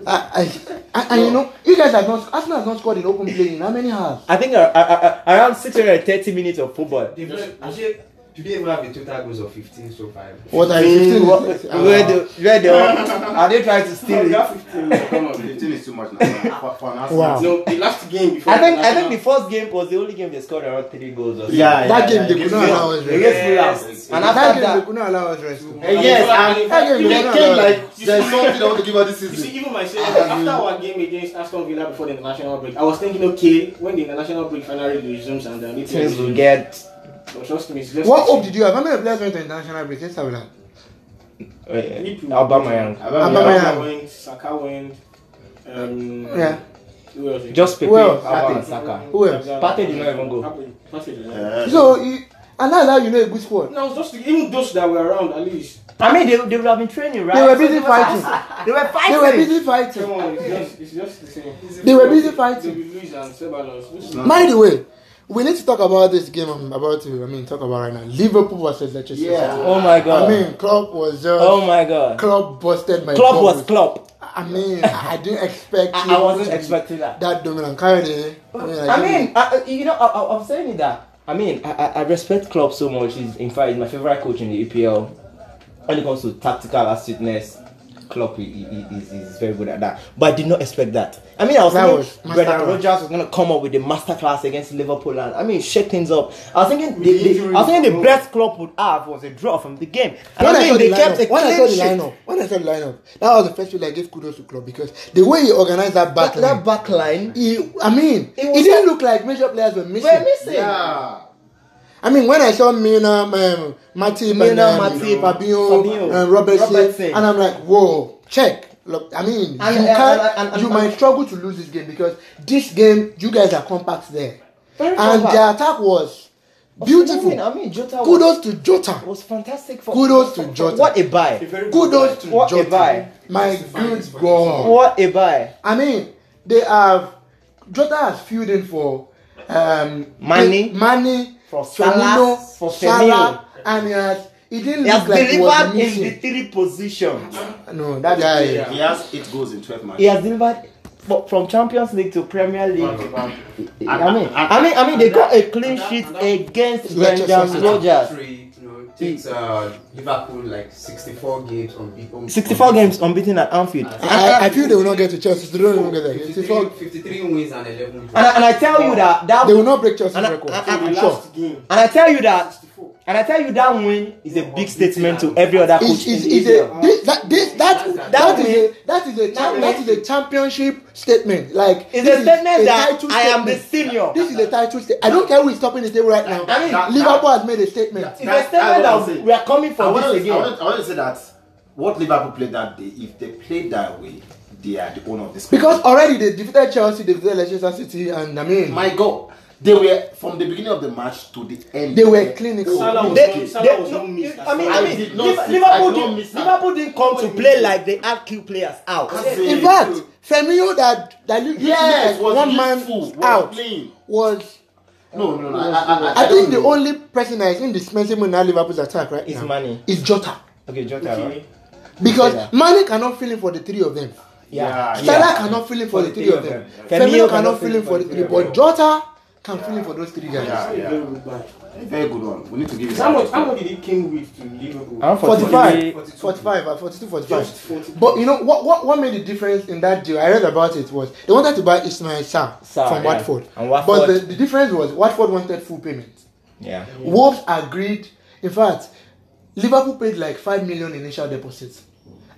S1: I, I, I, and you know, you guys have not. Arsenal has not scored in open play in how many hours?
S4: I think uh, uh, uh, around 630 minutes of football.
S5: They've not- actually, do they even have a total goals of 15 so far?
S1: What are you?
S4: Mm,
S1: 15?
S4: what- Where the where the are they trying to steal it?
S2: Morgan 15, come on.
S3: 15 is too much now. For, for an Arsenal
S1: Wow.
S3: team.
S2: No, the last game before.
S4: I think I
S2: Arsenal-
S4: think the first game was the only game they scored around three goals or something.
S3: Yeah,
S1: That
S3: yeah,
S1: game they
S3: yeah,
S1: could not allow us
S4: They
S1: rest.
S4: get full out. And
S1: That
S4: after
S1: game they
S4: that,
S1: could not allow us rest.
S3: Uh, yes, and
S1: That game
S3: they
S1: they could not allow
S3: came
S1: us rest.
S3: like there's something I want to give her this
S2: You see,
S3: season.
S2: even myself, after our game against Aston Villa before the international break, I was thinking, okay, when the international break finally resumes and then it
S4: teams will get.
S2: But trust me, it's just.
S1: What hope did you have? How many players went to international break? Yes, I will have.
S4: Wait, Alba Meyang.
S1: Aubameyang.
S2: Saka went, Saka went. Um,
S1: Yeah.
S2: Who else?
S4: Just Pepe,
S1: Well,
S4: Alba and
S3: Partey.
S4: Saka.
S1: Who else?
S4: Partey did not even go.
S2: Partey did not.
S3: Uh,
S1: So, you, and that's how you know a good squad.
S2: No, it's just even those that were around at least.
S4: I mean, they, they would have been training, right?
S1: They were busy
S4: So
S1: fighting.
S4: They were fighting.
S1: They were busy
S2: Come
S1: fighting.
S2: on, it's just, it's just the same.
S1: They were busy fighting.
S2: David Luiz and Ceballos. This is-
S1: By the way, we need to talk about this game I'm about to, I mean, talk about right now. Liverpool versus Leicester City.
S3: Yeah.
S4: Oh my
S1: I
S4: god.
S1: mean, uh, Klopp was just.
S4: oh my god.
S1: Klopp busted my
S4: Klopp
S1: bubble.
S4: was Klopp.
S1: I mean, I didn't expect.
S4: I, I wasn't
S1: him to be
S4: expecting that.
S1: That dominant carry. I mean,
S4: I mean, I, I- you know, I, I, I'm saying that. I mean, I, I, I respect Klopp so much. He's in fact he's my favorite coach in the EPL. When it comes to tactical astuteness, Klopp he, he, he- he's, he's very good at that. But I did not expect that. I mean, I was
S1: That was
S4: thinking Brendan
S1: masterclass.
S4: Rodgers was gonna come up with a masterclass against Liverpool, and I mean, shake things up. I was thinking,
S2: With
S4: the,
S2: the
S4: the, I was
S2: injuries.
S4: thinking the best Klopp would have was a draw from the game. And
S1: when
S4: I
S1: I,
S4: mean,
S1: saw the
S4: they kept a
S1: lineup, when I saw
S4: clean
S1: the
S4: sheet.
S1: lineup, when I saw the lineup, that was the first thing I gave kudos to Klopp because the way he organized that back
S4: That,
S1: line,
S4: that back line,
S1: he, I mean, it,
S4: It was
S1: didn't
S4: a-
S1: look like major players were missing.
S4: we're missing.
S3: yeah.
S1: I mean, when I saw Mina, um, Matip, and,
S4: Mina,
S1: um,
S4: Matip,
S1: Fabinho,
S4: Fabinho,
S1: and Robertson,
S4: um, Robertson.
S1: and I'm like, whoa, check. Look, I mean,
S4: And-
S1: you
S4: and-
S1: can
S4: and- and-
S1: you
S4: and-
S1: might struggle to lose this game because this game, you guys are compact there,
S4: Very
S1: and
S4: compact.
S1: their attack was beautiful.
S4: I mean, Jota was-
S1: Kudos to Jota.
S4: was fantastic for
S1: Kudos to
S4: for- for-
S1: Jota.
S4: What a buy.
S2: a very good
S1: Kudos to
S4: What a
S1: Jota.
S4: buy.
S1: My good God.
S4: What a buy.
S1: I mean, they have Jota has filled in for um,
S4: Mane.
S1: Mane,
S4: For
S1: Firmino,
S4: Salah, for
S1: Salah, and he has he didn't
S4: He
S1: look
S4: has
S1: like he was
S4: delivered in the
S1: missing.
S4: three positions.
S1: No, that guy.
S3: He has eight goals in 12 matches.
S4: He has delivered fro- from Champions League to Premier League. I mean, I mean, I mean, they got a clean sheet against
S1: Leicester
S4: Brendan
S1: City.
S4: Rodgers.
S5: Three, you know, takes uh, Liverpool like 64 games on big home.
S4: 64 games unbeaten at Anfield.
S5: And
S4: And,
S1: I, I feel they will not get to Chelsea. They don't even get there.
S5: 53,
S1: 54,
S5: 53 wins and 11
S4: and, I,
S5: draws.
S4: and I tell you that that
S1: they will not break Chelsea's
S4: And I-
S1: record.
S4: I- I-
S1: I'm
S2: the
S1: sure.
S2: last game.
S4: and I tell you that
S2: 64.
S4: and I tell you that win is a big statement to every other
S1: It's,
S4: coach
S1: it's,
S4: in
S1: it's
S4: Asia.
S1: a, this, that, this, that,
S5: That-
S1: that
S4: that
S1: is a, that is a, cha- that is a championship statement. Like,
S4: It's
S1: this
S4: a
S1: is
S4: statement that
S1: title
S4: I am the
S1: statement.
S4: senior.
S1: This is a title statement. I don't care who is topping the table right now.
S3: I mean, that-
S1: Liverpool has made a statement.
S3: That-
S4: It's a
S3: that's- that's
S4: statement
S3: what I'm
S4: that
S3: saying.
S4: we are coming
S3: I
S4: for
S3: want,
S4: this
S3: to, I,
S4: again.
S3: want, I want to say that what Liverpool played that day, if they played that way, they are the owner of this.
S1: Because already they defeated Chelsea, they defeated Leicester City, and I mean,
S3: my God, they were from the beginning of the match to the end.
S1: They were clinical.
S2: Salah was
S4: They-
S2: not-
S4: they-
S2: Salah was
S4: no,
S2: not missed.
S4: I mean, I
S3: I
S4: mean,
S3: did not
S4: Liv-
S3: see-
S4: Liverpool,
S3: I did not
S4: did,
S3: miss that.
S4: Liverpool didn't come to play like they had key players out.
S3: That's it.
S1: in fact, Firmino that that you
S3: Yes, was
S1: one man
S3: useful, was
S1: out
S3: playing.
S1: was.
S3: no, no, no. I, I, I,
S1: I think the
S3: don't know.
S1: only person that is indispensable in that Liverpool's attack right
S4: Is
S1: now
S4: Mane.
S1: is Jota
S4: Okay, Jota.
S2: Okay.
S1: because
S4: Yeah.
S1: Mane cannot fill in for the three of them.
S3: Yeah,
S1: Salah cannot fill in for the three of them.
S4: yeah.
S1: Firmino cannot fill in for the three, but Jota can fill in for those three guys.
S3: Yeah,
S2: Very
S3: yeah.
S2: good man.
S3: A very good one. We need to give it.
S2: How much? How much did he came with to Liverpool?
S4: I'm
S1: 45,
S5: 42.
S1: 45, uh, 42,
S2: Just
S1: 45.
S2: 40.
S1: But you know what, what? What made the difference in that deal? I read about it was they wanted to buy Ismail Sarr
S4: Sarr,
S1: from
S4: yeah.
S1: Watford,
S4: And Watford-
S1: but the, the difference was Watford wanted full payment.
S4: Yeah.
S1: Wolves agreed. In fact, Liverpool paid like five million initial deposits,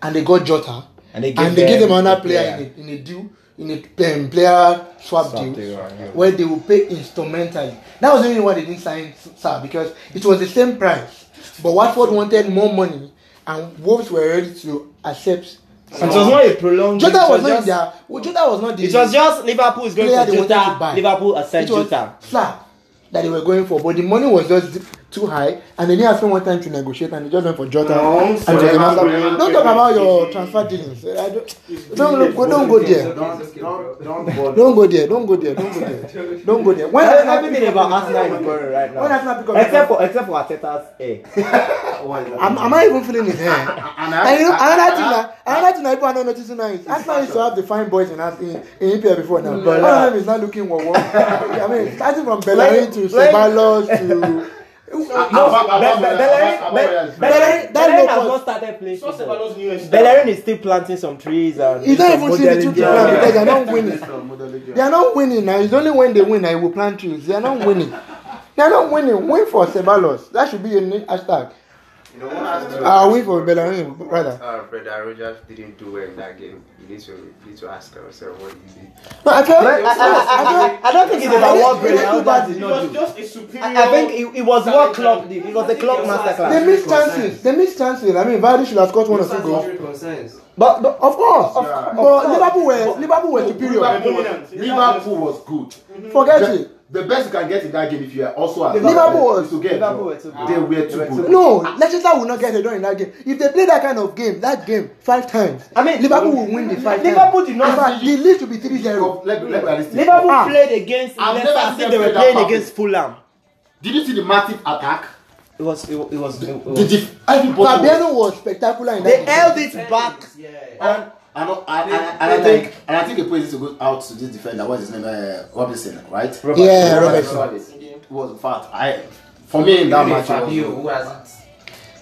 S1: and they got Jota,
S4: And they gave
S1: gave
S4: them
S1: them another
S4: a
S1: player, in a in a deal in a um, player swap,
S4: Swap
S1: deal,
S4: deal, yeah.
S1: where they will pay instrumentally. That was the reason why they didn't sign Sar because it was the same price, but Watford wanted more money, and Wolves were ready to accept.
S4: It was not a prolonged.
S1: Jota
S4: it
S1: was not in
S4: just-
S1: their. well, Jota was not the.
S4: It was just Liverpool is
S1: player
S4: going
S1: they
S4: for
S1: wanted to
S4: Jota.
S1: buy.
S4: Liverpool accept
S1: it was
S4: Jota.
S1: Sar that they were going for, but the money was just too high, and they didn't have one time to negotiate, and they just went for Jota.
S2: No,
S1: and
S2: sorry,
S1: Jordan
S2: man,
S1: Hazard.
S2: man,
S1: don't
S2: man,
S1: talk
S2: man.
S1: about your transfer dealings. I don't, don't, look, go, don't go there.
S3: Don't, don't, don't.
S1: Don't go there. Don't go there. Don't go there. Don't go there. When
S4: Well,
S1: Arsenal
S4: everything
S1: pick up-
S4: about Arsenal is boring right
S1: When
S4: now.
S1: Arsenal pick up,
S4: Except for except for Arteta's hair.
S1: I'm, I'm not even feeling his hair.
S3: And
S1: And you know, another thing
S3: I-
S1: that another thing that people are not noticing now is Arsenal used to have the fine boys in Ars- in, in EPL before now. But one of them is not looking what what. I mean, starting from Bellerin to
S4: Like-
S1: Ceballos to
S3: I-
S4: No,
S3: I- I-
S4: Be- Be-
S3: I-
S4: Bellerin-
S3: I- I-
S4: Be-
S3: I-
S1: Bellerin-
S4: Bellerin Bellerin has
S1: Bellerin
S4: not started playing.
S2: Just
S4: football.
S2: Ceballos knew his-
S4: Bellerin is still planting some trees and.
S1: He's not
S4: some
S1: even seeing the
S4: modeling
S1: two plan
S4: jobs.
S1: because they're not winning. They are not winning now. It's only when they win that you will plant trees. They are not winning. They are not winning. Win for Ceballos. That should be your new hashtag.
S5: You know, one has to-
S1: Uh, win for Bellerin, rather.
S5: Uh, Brother Rogers didn't do well in that game. You need to, you need to ask ourselves what he did.
S1: No, I felt.
S4: I, I, I, I, I don't think it's about what
S1: They didn't
S4: Brendan
S1: do bad.
S4: Rodgers did
S2: It
S4: not
S2: was
S4: do.
S2: just a superior.
S4: I, I think it, it was what Klopp did. It was the Klopp masterclass.
S1: They missed chances. They missed chances. I mean, Vardy should have scored one or two goals.
S5: concerns.
S1: But, but of course,
S3: Yeah.
S1: of, but Liverpool were Liverpool were superior.
S3: Liverpool was- Liverpool was good.
S1: Forget
S3: The,
S1: it.
S3: the best you can get in that game if you are also at
S1: Liverpool was-
S3: is to get.
S4: Liverpool
S3: draw.
S4: were too good.
S3: They were too good.
S1: No, Leicester will not get a draw in that game. If they play that kind of game, that game five times,
S4: I mean,
S1: Liverpool will win the Ah. five.
S4: Liverpool
S1: times.
S4: did not-
S1: In fact, the lead should be 3-0.
S3: Let me let me realistic.
S4: Liverpool
S1: Ah.
S4: played against
S3: I've
S4: Leicester
S3: never
S4: as
S3: seen them
S4: if they were
S3: play that
S4: playing
S3: perfect.
S4: against Fulham.
S3: Did you see the massive attack? Oh.
S4: It was. It, wa- it was. It, it
S3: The
S4: was
S3: def- everybody. was-
S1: Fabiano was spectacular in that
S4: they
S1: game.
S4: held it back.
S5: Yeah.
S3: And I know, and, and, and I think, and I think the praises to go out to this defender. What's his name? Uh, Robinson, right?
S1: Yeah, Robertson.
S3: Robertson. It was in fact, I, for me in that
S5: Even
S3: match, it
S5: Fabio,
S3: was,
S5: who has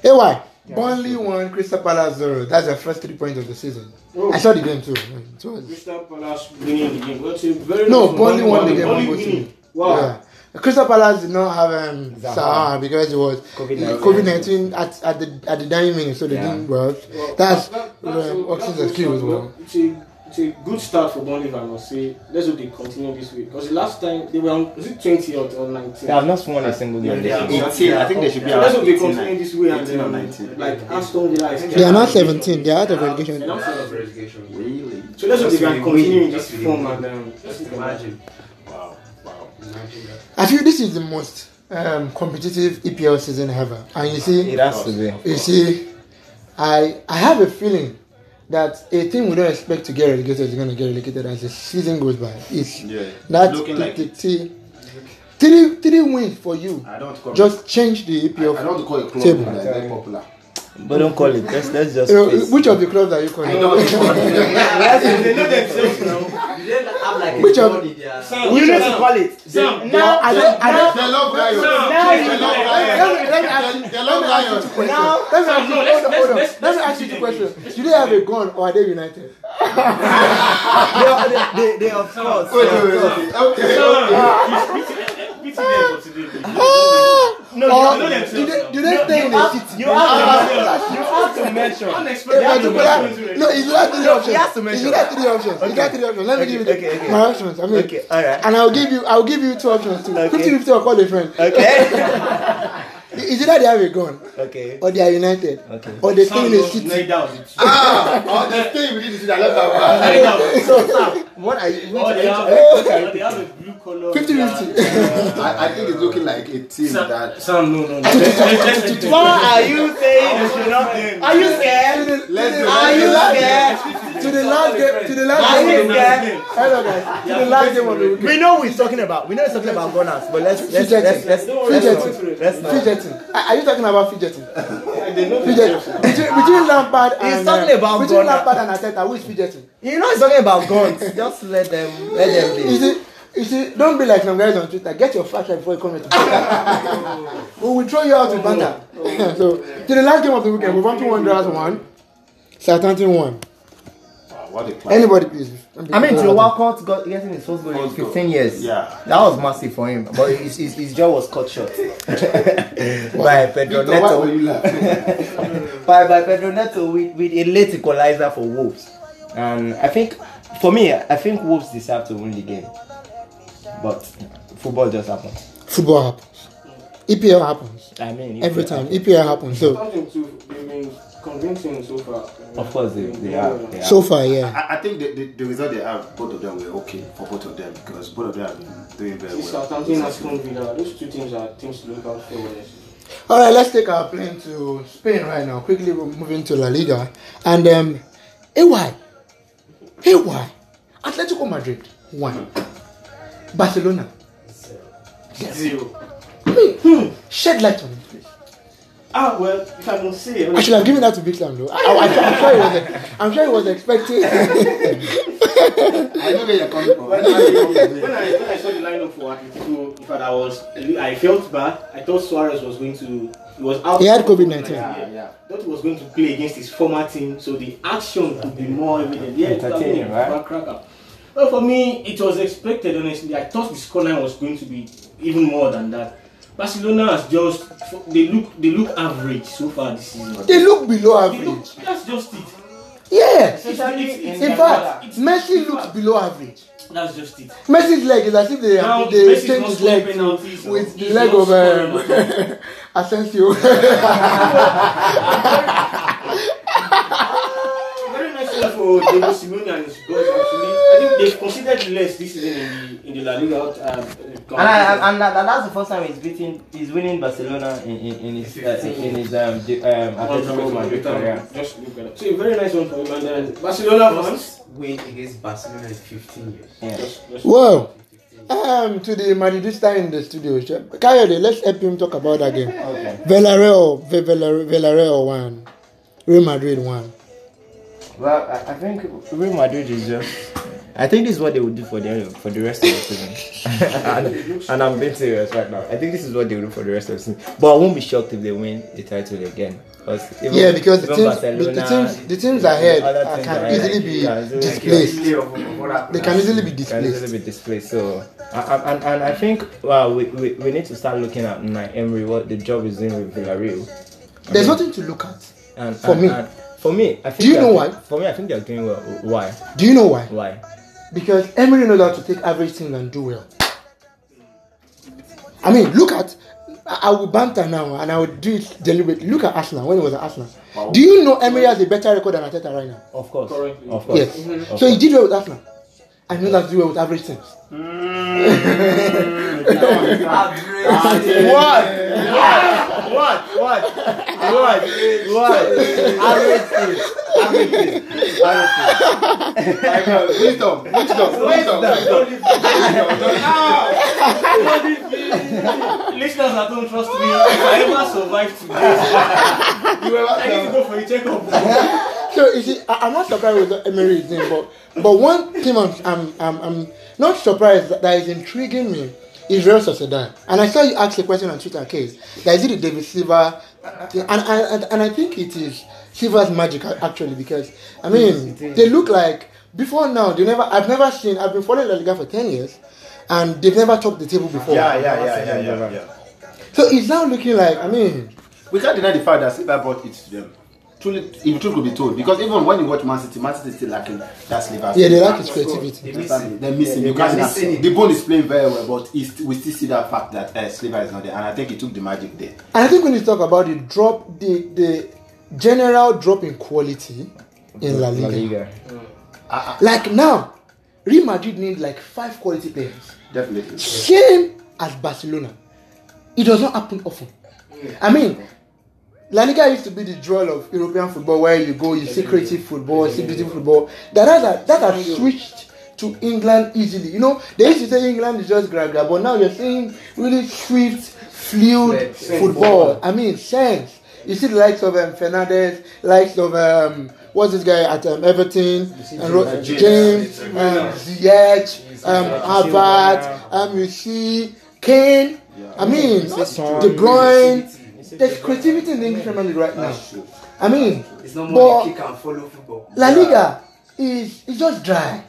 S1: Hey, why? Burnley won, Crystal Palace zero. That's the first three points of the season.
S2: Oh.
S1: I saw the game too. It was-
S2: Crystal Palace winning the game. Well, it's a very
S1: No,
S2: nice
S1: Burnley won the
S2: Burnley
S1: game. one goal to
S2: winning.
S1: nil.
S2: Wow.
S1: Yeah. Crystal Palace did not have um,
S4: Zaha.
S1: Zaha because it was
S4: COVID-19.
S1: COVID nineteen at, at the at the dying minute, so they
S4: Yeah.
S1: didn't. Well,
S2: Well,
S1: that's
S2: that- that- that's
S1: um,
S2: a-
S1: Oxen's
S2: that's
S1: excuse.
S2: also-
S1: Well,
S2: It's a, it's a good start for Burnley, I must say. Let's hope they continue this way. Because the last time they were on, was it 20 or, or 19?
S4: They have not won a single game. this
S5: Yeah, they
S4: season.
S5: have-
S3: 18. I think they should be
S2: So
S3: around
S2: let's hope they
S3: 18,
S2: continue this way and
S3: 18 or
S2: um,
S3: 19.
S2: like Aston Villa is
S1: they are not seventeen. They are out of relegation.
S2: Yeah.
S5: relegation.
S3: Really?
S2: So let's hope they
S5: Just
S2: can
S5: with the
S2: continue
S5: win,
S2: in this
S5: just with the
S2: form
S5: win.
S2: and um,
S5: Just imagine.
S3: Wow, wow.
S5: Imagine that.
S1: I feel this is the most um, competitive EPL season ever, and you see,
S4: It has to be.
S1: you see, I I have a feeling that a team we don't expect to get relegated is going to get relegated as the season goes by. It's
S3: Yeah.
S1: that's
S3: Looking like it.
S1: three three three wins for you.
S3: I don't call.
S1: Just change the E
S3: I, I
S1: EPL.
S3: don't want to call a club
S1: Table.
S3: that is very popular.
S4: But don't call it. Let's let's just.
S1: You know,
S4: face
S1: Uh, which
S4: it.
S1: of the clubs are you
S3: I
S1: calling?
S3: know.
S2: They know themselves now.
S5: You didn't have like a
S1: Which of-
S5: body
S2: Sam,
S4: You need to
S2: Sam,
S4: call it.
S2: Sam,
S1: Now, I don't, I don't,
S3: They love lions.
S1: now you
S3: They
S1: know.
S3: love
S1: Let me,
S3: lions.
S1: let me ask you,
S3: They love lions.
S1: question. let me ask you,
S2: No,
S1: hold on,
S2: let's-
S1: hold on.
S2: let's-
S1: Let
S2: let's
S1: me ask you
S2: do
S1: the
S2: the
S1: question. Do they have a gun or are they united?
S4: they, they, they, of course.
S3: Wait, wait, wait, okay, okay.
S2: Sam, you beat- beat them for today, baby. No,
S1: Or
S2: you
S1: do
S2: know
S1: they,
S2: themselves
S1: do
S2: now.
S1: they stay in the city?
S4: You
S1: Ah,
S4: have to,
S2: Yeah.
S4: you have to mention.
S1: If
S2: Unexpected
S1: I do
S2: consequences,
S1: that-
S2: right?
S1: No, you got three
S4: No, he has to
S1: options.
S4: mention
S1: You got three options. You got three options. Let me
S4: Okay,
S1: give you the,
S4: okay, okay.
S1: my options. I mean,
S4: Okay, alright.
S1: and I'll give you, I'll give you two options too.
S4: Okay.
S1: 50-50 or call a friend.
S4: Okay.
S1: Is either they have a gun
S4: okay.
S1: or they are united
S4: Okay.
S1: or they stay
S2: Sam,
S1: in the
S2: no,
S1: city.
S2: lie down.
S3: Ah, oh, they stay within the city. I love that.
S2: Lie down.
S4: So, Sam, what are you.
S2: Or
S4: Which,
S2: Oh, they have- or they have a blue color.
S1: 50-50.
S3: I, I think it's looking like a team that.
S2: Sam, no, no, no. Let's- let's- let's-
S4: what are you saying? You should not do? Are you scared?
S3: Let's do
S4: Are you
S3: let's do-
S4: scared?
S1: To the last game, to the
S4: Are
S1: last
S4: you
S1: game. of the-
S4: scared?
S1: Hello guys, to the last game of the weekend.
S4: We know we're talking about. We know it's talking about gunners, but let's let's let's let's
S2: Don't worry,
S4: let's
S2: don't worry.
S4: not. Let's not.
S1: Fidgeting. Are are you talking about fidgeting?
S2: They know
S1: Fidget.
S2: themselves.
S1: Between, between Lampard and
S4: He's talking
S1: uh,
S4: about
S1: between
S4: Ghana.
S1: Lampard and Ateta, who is fidgeting?
S4: You know it's talking about guns. Just let them let them
S1: You
S4: be.
S1: see, you see, don't be like some guys on Twitter. Get your facts right before you comment. we will throw you out to banter. so to the last game of the weekend, Wolverhampton Wanderers won, Southampton won.
S3: Wow, what a plan.
S1: Anybody please.
S4: I mean, Joe Walcott got getting his first goal in
S3: First goal.
S4: 15 years.
S3: Yeah.
S4: that was massive for him. But his, his, his jaw was cut short by Pedro
S3: Victor, why were
S4: Neto.
S3: you laughing?
S4: By, by Pedro Neto with, with a late equalizer for Wolves. And I think, for me, I think Wolves deserve to win the game. But football just happened.
S1: Football happens. EPL happens.
S4: I mean,
S1: Every time EPL happens. So
S2: Something too, they've been convincing so far.
S4: Of course, they, they are. They are.
S1: so far, yeah.
S3: I, I think the, the, the result they have, both of them were okay for both of them because both of them have been doing very
S2: This
S3: well.
S2: Southampton and Aston Villa, uh, those two teams are teams to look out for. honestly.
S1: All right, let's take our plane to Spain right now. Quickly, we're moving to La Liga. And, um, AY. AY. Atletico Madrid, one. Barcelona,
S2: Zero.
S1: hmm. shed light on it, please.
S2: Ah, well, if I can say it,
S1: I should have given that to Biklam, though. I, I, I'm, sure he was, I'm sure he was expecting.
S3: I know where you're coming from.
S2: when I, when I when I saw the lineup for Atletico, in fact, I was I felt bad. I thought Suarez was going to he was out.
S1: He had COVID-19.
S3: Yeah, yeah.
S2: Thought he was going to play against his former team, so the action could be more evident. Yeah,
S4: Entertaining, right?
S2: crack- Cracker. Well, for me, it was expected. Honestly, I thought the scoreline was going to be even more than that. Barcelona has just they look they look average so far this season.
S1: they look below
S2: They look,
S1: average.
S2: that's just it.
S1: Yeah.
S2: Especially in
S1: In fact, Messi looks below average.
S2: That's just it.
S1: Messi's leg is as if they,
S2: Now,
S1: they
S2: Messi's
S1: changed
S2: not
S1: his
S2: scoring
S1: leg to-
S2: penalties, so
S1: with the
S2: he's
S1: leg
S2: not
S1: of um,
S2: scoring.
S1: Asensio.
S2: Very nice one for Diego Simeone and his boys. Actually, I think they've considered less this season in the in the La Liga. Uh,
S4: And, I, and, and that, that's the first time he's beating, he's winning Barcelona in, in, in his uh, in his um, di- um Atletico Madrid career.
S2: Just look at it. So a very nice one for him. And then Barcelona fans.
S5: Win against Barcelona in 15 years.
S4: Yeah.
S2: Just- just-
S1: Whoa. Um, to the Madridista in the studio, Sh- Kayode, let's help him talk about that game.
S4: Okay.
S1: Villarreal, Ve- Villar- Villarreal won. Real Madrid won.
S4: Well, I, I think Real Madrid is just. I think this is what they would do for the for the rest of the season. and, and I'm being serious right now. I think this is what they will do for the rest of the season. But I won't be shocked if they win the title again. Because even-
S1: Yeah, because the
S4: even
S1: teams, the,
S4: Barcelona,
S1: the teams, the teams
S4: the
S1: ahead
S4: other
S1: uh,
S4: teams
S1: can
S4: ahead,
S1: easily be
S4: can easily-
S1: displaced. They can easily be
S4: can
S1: displaced.
S4: easily be displaced. So, and, and, and I think well, we, we, we need to start looking at Unai Emery, what the job is doing with Villarreal.
S1: There's nothing to look at.
S4: And,
S1: For
S4: and-
S1: me.
S4: and for me, I think
S1: Do you
S4: they
S1: know
S4: are-
S1: why?
S4: For me, I think they're doing well. Why?
S1: Do you know why?
S4: Why?
S1: Because Emery knows how to take average things and do well. I mean, look at. I I will banter now and I will do it deliberately. Look at Arsenal when it was at Arsenal.
S3: Wow.
S1: Do you know Emery has a better record than Ateta right now?
S4: Of course.
S2: Correctly.
S4: Of course. Mm-hmm.
S1: Yes.
S4: Of
S1: So he
S4: course.
S1: did well with Arsenal. And he knows how to do well with average teams.
S4: What? What? What? What? What? Average things. Average things. Average things.
S3: Wisdom, wisdom, wisdom, wisdom.
S2: Listeners that don't trust me, if I ever survive today, I need to go for a checkup.
S1: So you see, I, I'm not surprised with what Emery is doing, but but one thing I'm I'm I'm, I'm Not surprised that, that is intriguing me. Israel Sociedad. And I saw you ask a question on Twitter, Case. That is it the David Silva thing. And, and, and I think it is Silva's magic, a- actually, because, I mean, they look like, before now, they never, I've never seen, I've been following La Liga for 10 years, and they've never topped the table before.
S3: Yeah, yeah, yeah, yeah, yeah, yeah.
S1: So it's now looking like, I mean,
S3: We can't deny the fact that Silva brought it to them. Truly, if truth could be told, because even when you watch Man City, Man City is still lacking that Silva.
S1: yeah, they lack his creativity.
S5: They
S3: They
S5: miss
S3: are
S5: it.
S3: missing.
S5: They
S3: you can't
S5: miss
S3: deny-
S5: it.
S3: The bone is playing very well, but it's, we still see that fact that uh, Silva is not there, and I think he took the magic there.
S1: And I think we need to talk about the drop, the the general drop in quality in La Liga.
S4: La Liga.
S1: Like now, Real Madrid need like five quality players.
S3: Definitely.
S1: Same as Barcelona. It does not happen often. I mean, La Liga used to be the jewel of European football where you go, you see creative football, you see beautiful football. That has, that has switched to England easily. You know, they used to say England is just grab grab, but now you're seeing really swift, fluid
S5: Sense.
S1: football. I mean, sense. You see the likes of um, Fernandez, likes of um, what's this guy at um, Everton, and Ro-
S3: James.
S1: James, um, Ziyech, um, Havertz, um, you see Kane. I mean, De Bruyne. There's creativity in the English Premier League right now.
S3: That's true.
S1: I mean,
S5: It's not
S1: But-
S5: more like kick and follow football.
S1: La Liga is is just dry.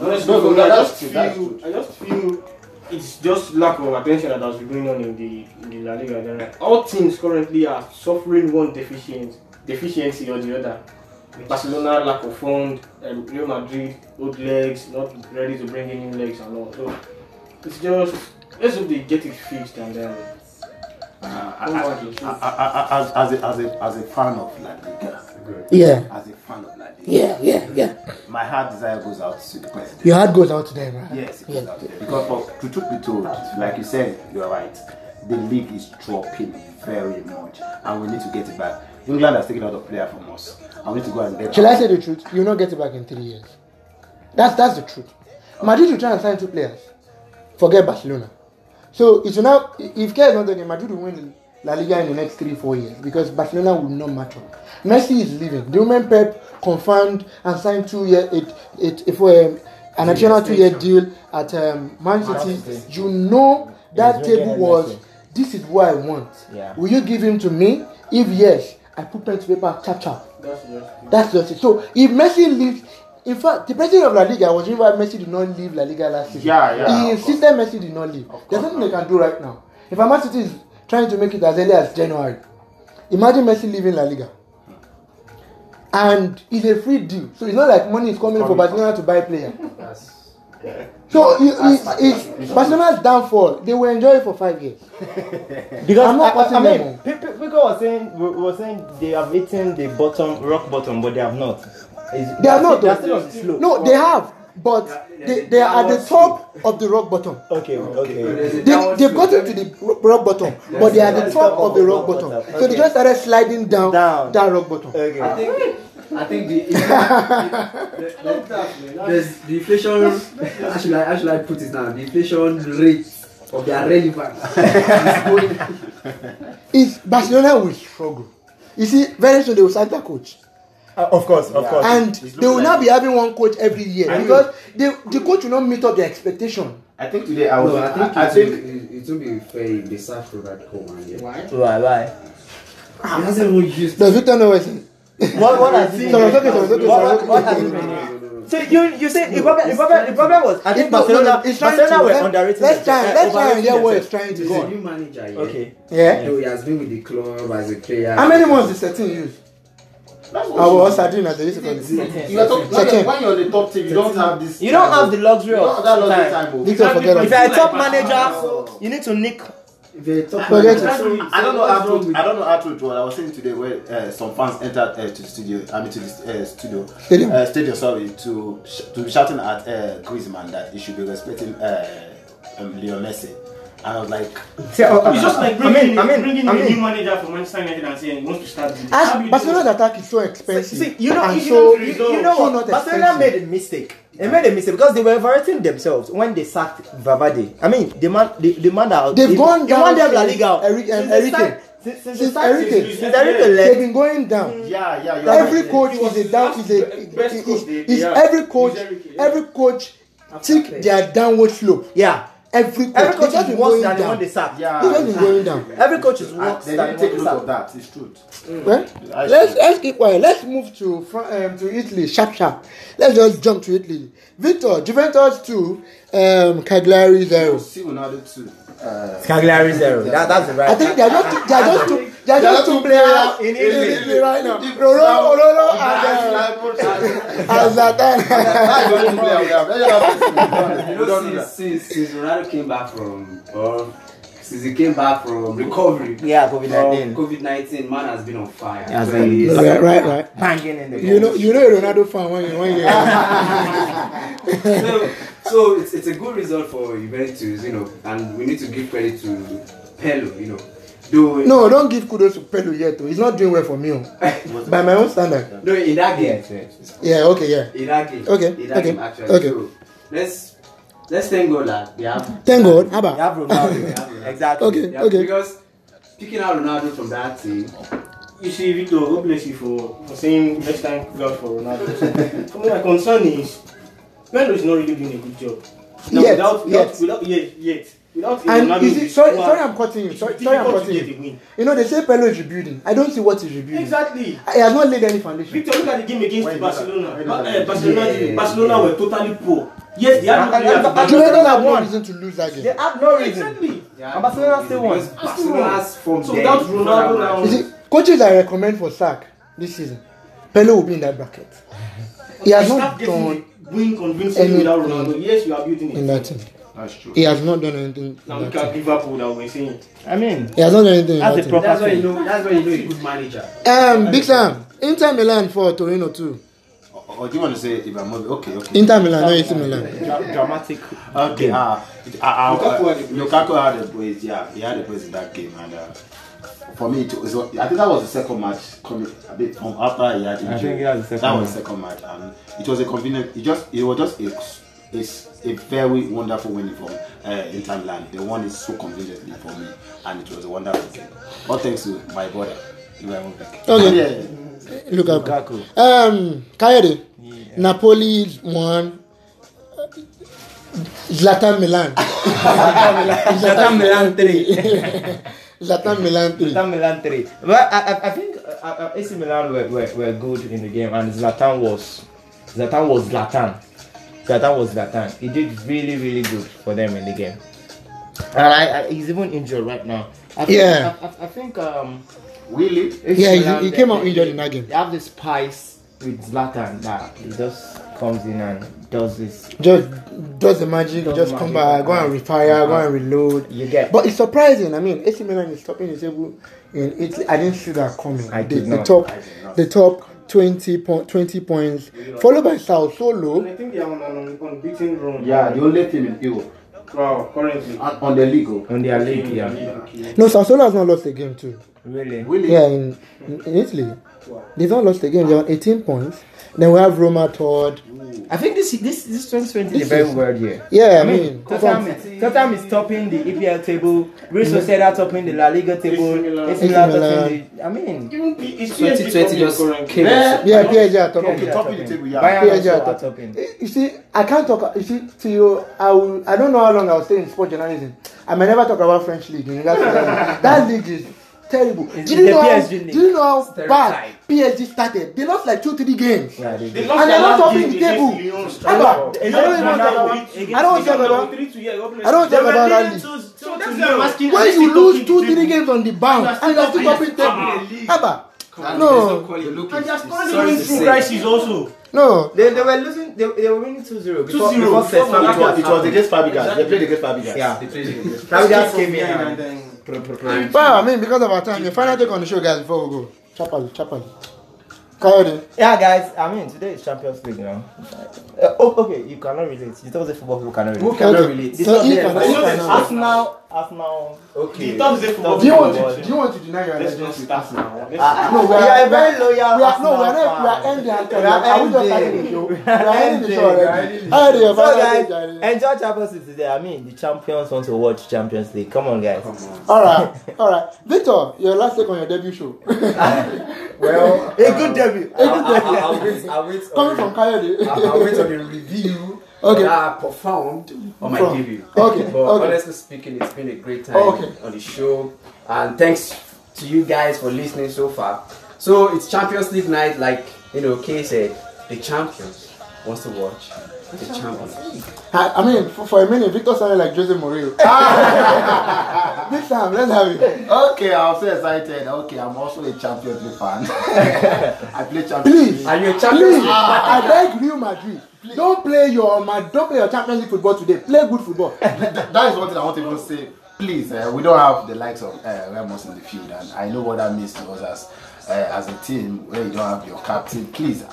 S2: Honestly,
S3: No, no,
S2: bro, I
S3: that's
S2: just
S3: true,
S2: feel
S3: that's true.
S2: I just feel it's just lack of attention that has been going on in the in the La Liga. There are- All teams currently are suffering one deficiency, deficiency or the other. Barcelona lack of fund, um, Real Madrid old legs, not ready to bring in new legs and all. So it's just let's hope they get it fixed and then.
S3: Uh, I-
S2: Don't
S3: I-
S2: worry, it's-
S3: I- I- I- as, as, a, as, a, as a fan of La Liga,
S1: Yeah,
S3: as a fan of La Liga,
S1: yeah, yeah, yeah.
S3: my heart desire goes out to the president.
S1: Your heart goes out to them, right?
S3: Yes, it goes out there. Because of, to truth be told, like you said, you're right. The league is dropping very much, and we need to get it back. England has taken out a player from us, and we need to go and get.
S1: Shall I say the truth? You'll not get it back in three years. That's that's the truth. Madrid will try and sign two players. Forget Barcelona. So it will now if care is not taken, Madrid will win La Liga in the next three, four years because Barcelona will not match up. Messi is leaving. The woman Pep confirmed and signed two year it it if um, an additional two year deal at um, Man City. You know that
S4: He's really
S1: table
S4: a
S1: was
S4: blessing.
S1: this is what I want.
S4: Yeah.
S1: Will you give him to me? If yes, I put pen to paper, chap chap.
S2: That's just.
S1: That's just it. So if Messi leaves, in fact, the president of La Liga was even why Messi did not leave La Liga last season.
S3: Yeah, yeah,
S1: He
S3: of
S1: insisted Messi did not leave. There's nothing they can do right now. If Man City is trying to make it as early as January, imagine Messi leaving La Liga. And it's a free deal, so it's not like money is coming for Barcelona to buy a player.
S5: That's
S1: So it, it's, it's Barcelona's downfall. They will enjoy it for five years.
S4: Because
S1: I'm not
S4: I, I, I
S1: cutting them
S4: mean,
S1: off.
S4: people, people were saying we we were saying they have hit the bottom, rock bottom, but they have not. It's-
S1: They are not.
S4: They're
S1: though.
S4: still on the slope.
S1: No, they have, but they, they are at the top of the rock bottom.
S4: Okay, okay.
S1: They, they've gotten to the ro- rock bottom, but they are at the
S4: yes,
S1: top
S4: yes,
S1: of the rock
S4: rock
S1: bottom.
S4: bottom.
S1: So they
S4: Okay.
S1: just started sliding down,
S4: Down.
S1: that rock bottom.
S5: I
S4: Okay.
S5: think I think the, the, the, the There's the inflation. How should I, how should I put it now? The inflation rate of their relevance is going.
S1: It's Barcelona will struggle. You see, very soon they will sack their coach,
S4: Uh, of course, of course.
S1: and
S3: it's
S1: they will
S3: looking
S1: not
S3: like-
S1: be having one coach every year
S3: I mean-
S1: because they, the coach will not meet up their expectation.
S3: I think today I was.
S6: No, I think,
S3: I, I think
S6: it, it, it will be fair if they start for that call man. Yeah.
S5: Why?
S4: Why, why?
S5: It hasn't even used.
S1: Does Victor know what he's saying?
S4: What, what has he
S1: Sorry, it's okay, sorry, it's okay,
S4: What,
S1: sorry,
S4: what,
S1: it's
S4: what
S1: okay.
S4: has he been
S6: No, no, no.
S4: So you you said the problem, the problem, the problem was I think
S1: No, no, no,
S4: Barcelona,
S1: it's trying
S4: Barcelona
S1: to-
S4: were
S1: let-
S4: underrated.
S1: Let's try, let's try and hear what he's trying to
S6: He's a
S1: go.
S6: new manager. Yeah.
S4: Okay.
S1: Yeah.
S6: Though he has been with the club as a player.
S1: How many months is certain use?
S3: that's what
S1: Our sardine as they used to call it.
S3: you are talking, when,
S1: Certain.
S3: you're, when you're on the top team, you don't have this.
S4: You don't have the luxury
S3: You
S4: of
S3: don't have that luxury
S4: time.
S3: time. oh.
S1: Victor, forget
S4: If
S1: it.
S4: you're a top manager, you need to nick.
S6: The top
S1: Forget
S6: manager.
S1: it.
S3: I don't know how to. I don't know how to. What I was saying today, where uh, some fans entered uh, to the studio. I mean, to the uh, studio.
S1: Stadium.
S3: Uh, stadium. Sorry, to sh- to be shouting at uh, Griezmann that he should be respecting uh, um, Leo Messi. And I was like,
S1: oh,
S2: It's just like bringing,
S4: I mean, I mean,
S2: bringing
S4: I
S2: a
S4: mean-
S2: new manager for Manchester United and saying he wants to start. the- How
S1: As
S2: do you do
S1: Barcelona's
S2: that?
S1: attack is so expensive.
S4: See, you know,
S1: and
S4: you,
S1: so,
S4: know, you, you know
S1: so
S4: what?
S1: not
S4: Barcelona
S1: expensive.
S4: made a mistake. They made a mistake because they were overrating themselves when they sacked Valverde. I mean, the man, the, the man that
S1: They've
S4: the,
S1: gone
S4: the
S1: down
S4: man that La
S1: since
S4: Liga.
S1: Eric-
S4: Since
S1: Enrique.
S4: they sacked- Since since they
S1: Since
S4: sacked-
S1: Enrique.
S4: since Enrique
S1: They've
S4: left,
S1: been going down.
S4: Mm.
S3: yeah, yeah, you're
S1: Every
S3: right.
S1: coach is a down. Is a
S2: Best
S1: is,
S2: coach
S1: is,
S2: they-
S1: is
S2: yeah.
S1: every coach.
S2: Is Enrique, yeah.
S1: Every coach Take their downward slope.
S4: Yeah.
S1: Every coach,
S4: Every
S1: they
S4: coach
S1: just
S4: is
S1: been
S4: worse
S1: going
S4: than the
S1: down.
S4: one they Ah.
S1: They
S4: sacked.
S3: Yeah.
S1: just been going down.
S4: Every coach is
S3: And
S4: worse
S3: they
S4: than the one
S3: didn't take
S4: they
S3: note of
S4: sacked.
S3: that. It's truth.
S1: Well,
S3: I
S1: let's
S3: see.
S1: let's keep quiet. Let's move to Fran- um, to Italy sharp sharp. Let's just jump to Italy. Victor, Juventus two, um, Cagliari zero.
S3: See Ronaldo too. Uh,
S4: Cagliari zero. That, that's the right.
S1: I think they are just they are just two they are just two players in Italy right now.
S3: If-
S1: Roro, Ororo, and uh,
S3: That's
S1: and Zlatan.
S3: the only player we have. Let's have
S5: You
S3: We don't do
S5: know,
S3: that.
S5: since, since, since Ronaldo came back from, or since he came back from recovery
S4: Yeah,
S5: from
S4: COVID nineteen.
S5: COVID 19, man has been on fire.
S4: He has been-
S5: He's-
S1: Right, right, right.
S4: Banging in the
S1: You know,
S4: goals.
S1: you know, a Ronaldo fan when you when you.
S5: so, so it's, it's a good result for Juventus, you know, and we need to give credit to Pelo, you know. Though
S1: No, don't give kudos to Pedro yet. Though. He's not doing well for me. oh. By my own standard.
S5: no, in that game,
S4: Yes, yes.
S1: Yeah. Okay. Yeah.
S5: in that game,
S1: Okay,
S5: in that
S1: okay,
S5: game actually.
S1: okay.
S5: So let's let's thank God that they have
S1: Thank God. Abba.
S4: You have Ronaldo. exactly.
S1: Okay.
S5: they have- because picking out Ronaldo from that team,
S2: You see, Victor, God bless you for, for saying next time God for Ronaldo. for me, my concern is Melo is not really doing a good job.
S1: Yet,
S2: without, without,
S1: yet.
S2: without, yet, yet. Without him,
S1: And
S2: Ronaldo
S1: you
S2: will
S1: see,
S2: be
S1: sorry,
S2: poor.
S1: sorry, I'm cutting you.
S2: It's
S1: Sorry, sorry, I'm
S2: difficult to
S1: cutting
S2: get
S1: you.
S2: a win.
S1: You know, they say Pelo is rebuilding. I don't see what he's rebuilding.
S2: Exactly.
S1: He has not laid any foundation.
S2: Victor, look at the game against
S3: Why is that? Why
S2: Barcelona.
S3: is
S2: Ba-
S3: that?
S2: eh, Barcelona,
S4: Yeah.
S2: Barcelona were totally poor. Yes, they
S4: And- and-
S2: had
S4: and-
S1: Juventus have no
S4: won.
S1: reason to lose that
S4: They
S1: game.
S4: have no reason.
S2: Exactly.
S4: And Barcelona still won.
S5: Because Barcelona's from
S2: So without Ronaldo now-
S1: You see, coaches I recommend for sack this season, Pelo will be in that bracket. He has not
S2: Start getting
S1: done
S2: the win convincingly without
S1: anything
S2: Ronaldo. Yes, you are building
S1: in
S2: it.
S1: that team.
S3: That's true.
S1: He has not done anything.
S2: Now
S1: in
S2: look
S1: that
S2: at
S1: team.
S2: Liverpool that we're saying.
S4: I mean,
S1: He has not done anything. in
S4: That's
S1: that team.
S4: a proper-
S5: That's why you know. That's why you know a good manager.
S1: Um, Big Sam, Inter Milan for Torino too.
S3: Or, or do you want to say Ibrahimovic? Okay, okay.
S1: Inter Milan, not AC Milan.
S4: dra- dramatic.
S3: Okay. Uh, uh, uh,
S2: Lukaku
S3: uh,
S2: had the brace.
S3: Lukaku had the boys. Yeah, he had the boys in that game, and uh, for me, it was, I think that was the second match coming a bit from after he had injury.
S4: think that was the second
S3: That was the second match, and it was a convenient. It just it was just a it's a very wonderful win for uh, Inter Milan. They won it so conveniently for me, and it was a wonderful game. All thanks to my brother. Ibrahimovic.
S1: Okay.
S3: Yeah.
S1: Lukaku.
S4: Lukaku.
S1: Um, Kayode, Napoli won. Zlatan Milan.
S4: Zlatan Milan three.
S1: Zlatan Milan three.
S4: Zlatan Milan three. Well, I, I, I think uh, uh, AC Milan were, were, were good in the game, and Zlatan was Zlatan was Zlatan. Zlatan was Zlatan. He did really really good for them in the game, and I, I, he's even injured right now. I think,
S1: Yeah.
S4: I, I, I think um.
S3: Really?
S4: AC
S1: Yeah, he-
S4: Milan,
S1: he
S4: they-
S1: came out
S4: they-
S1: injured in that game.
S4: They have this spice with Zlatan that he just comes in and does this.
S1: Just, just the magic.
S4: Does
S1: just
S4: the
S1: come
S4: magic.
S1: back. Go and refire. Go and reload.
S4: Uh-huh. You get.
S1: But it's surprising. I mean, AC Milan is topping the table in Italy. I didn't see that coming.
S4: I
S1: the,
S4: did
S1: the
S4: not.
S1: top,
S3: I did not.
S1: the top 20, po- 20 points, followed by Sao
S2: And
S1: Solo.
S2: I think they are on an unbeaten run.
S3: Yeah, the only team in Europe
S2: Wow, currently.
S3: and on the league. oh.
S4: on their league, yeah.
S2: Okay.
S1: No, Sao Solo has not lost a game too.
S4: Really?
S3: Really?
S1: Yeah, in, in in Italy, they've not lost a game. They're on 18 points. Then we have Roma third.
S4: I think this this this 2020
S1: This
S4: is a very
S1: is-
S4: weird year.
S1: Yeah,
S4: I mean,
S1: from-
S4: Tottenham, Tottenham is topping the EPL table, Real Sociedad topping the La Liga
S2: AC
S4: table,
S2: Milan.
S4: AC Milan
S1: AC Milan.
S4: topping the. I mean,
S2: Even P- it's
S5: 2020
S2: PSG
S5: just
S2: currently.
S5: came.
S3: Yeah.
S1: yeah, PSG are top.
S4: PSG
S3: okay,
S4: are
S3: topping the table, yeah.
S4: Bayern
S1: PSG
S4: also
S1: are
S4: are
S1: top.
S4: topping.
S1: Eh, You see, I can't talk. You see, to you, I will. I don't know how long I'll stay in sport journalism. I may never talk about French league. You know, that's terrible. that league is terrible.
S4: It's
S1: do you
S4: the
S1: know? How,
S4: PSG
S1: do
S4: league.
S1: you know how
S5: Stereotype.
S1: bad PSG started? They lost like two, three games.
S4: Yeah, they
S2: They
S4: do.
S2: lost
S1: And they're
S2: their
S1: not
S2: last
S1: topping
S2: game
S1: the
S2: against
S1: table.
S2: Lyon.
S1: Abba, I don't even talk about.
S4: Against Ronaldo,
S1: I don't talk about. I don't talk about that league.
S2: So that's why I'm asking. are
S1: When
S2: they
S1: you
S2: still
S1: lose two, three
S2: topping the table?
S1: games on the bounce, and you're still topping table. Abba, no,
S2: And they are scoring
S5: Sorry
S2: even
S5: to
S2: through
S5: say.
S2: crisis also.
S1: no.
S4: They, they were losing. They, they were winning 2-0
S2: 2-0
S4: before, before
S2: before
S4: Cesc
S3: It
S2: Morata.
S4: Fabregas.
S3: was, it was against Fabregas. They played against Fabregas.
S4: Yeah.
S3: They played against
S4: Fabregas came in and
S2: then.
S1: Wow, I mean, because of our time, the final take on the show, guys, before we go. Chapel, chapel. Coyote.
S4: Yeah, guys. I mean, today is Champions League now. Uh, oh, okay, you cannot relate. You thought the football people cannot relate.
S1: Okay.
S5: relate.
S1: So, if
S4: Yeah,
S1: and
S4: but
S2: you know
S1: if
S2: that
S1: and
S4: Arsenal, Arsenal.
S5: Okay.
S2: The top is for
S1: Do you want
S4: Football.
S1: to? Do you want to deny your
S2: Let's not
S1: allegiance?
S2: start now. Let's-
S4: Ah,
S1: No, we
S4: you
S1: are-
S4: a very loyal.
S1: We are no, we
S4: Arsenal
S1: are not. We are
S4: fan.
S1: ending.
S4: We are
S1: Are we just starting the
S4: ending.
S1: show? We
S4: We are
S1: are ending the show
S4: ending.
S1: already. Already, your
S4: So
S1: final take,
S4: guys,
S1: Coyote.
S4: enjoy Champions League today. I mean, the champions want to watch Champions League. Come on, guys.
S1: All right, all right. Victor, your last take on your debut show.
S5: Well,
S4: A good debut.
S5: I, I, I, I wait. I wait.
S1: Coming from
S5: I,
S1: Coyote.
S5: I wait on the review
S1: Okay.
S5: that I performed on my
S1: From-
S5: debut.
S1: okay,
S5: But
S1: okay.
S5: honestly speaking, it's been a great time
S1: Okay.
S5: on the show, and thanks to you guys for listening so far. So it's Champions League night, like you know, Kay said, the champions wants to watch the champions.
S1: I, I mean, for, for a minute, Victor sounded like Jose Mourinho. Big time, let's have it.
S3: Okay, I'm so excited. Okay, I'm also a Champions League fan. I play Champions
S1: Please.
S3: League.
S5: Are you a
S1: Please,
S5: champion?
S1: I beg Real Madrid. Don't play your Madrid, don't play your Champions League football today. Play good football.
S3: that that is one thing I want to even say. Please, uh, we don't have the likes of uh, Ramos in the field, and I know what that means to us as uh, as a team where you don't have your captain. Please,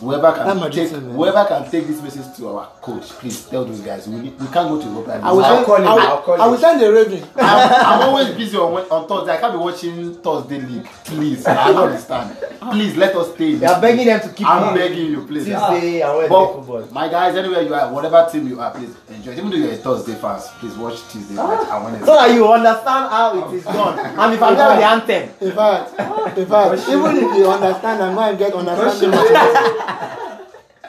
S3: whoever
S1: That
S3: can
S1: might
S3: take
S1: be something.
S3: whoever can take this message to our coach, please tell those guys we, need, we can't go to Europa. League.
S1: I will
S3: I'm,
S1: send,
S5: call him,
S1: I will,
S5: I'll call him.
S1: I will send the Raven.
S3: I'm, I'm always busy on, Wed- on Thursday. I can't be watching Thursday league. Please, I don't understand.
S1: Ah.
S3: Please let us stay. in
S4: They
S3: this
S4: are begging
S3: league.
S4: them to keep
S3: I'm
S4: it.
S3: begging you, please.
S4: Tuesday and Wednesday
S3: But
S4: football.
S3: my guys, anywhere you are, whatever team you are, please enjoy. it. Even though you're a Thursday fans, please watch Tuesday night and Wednesday.
S4: So that you understand how it is done and the familiar with the anthem.
S1: In fact, in fact, even if you understand and go and get understanding,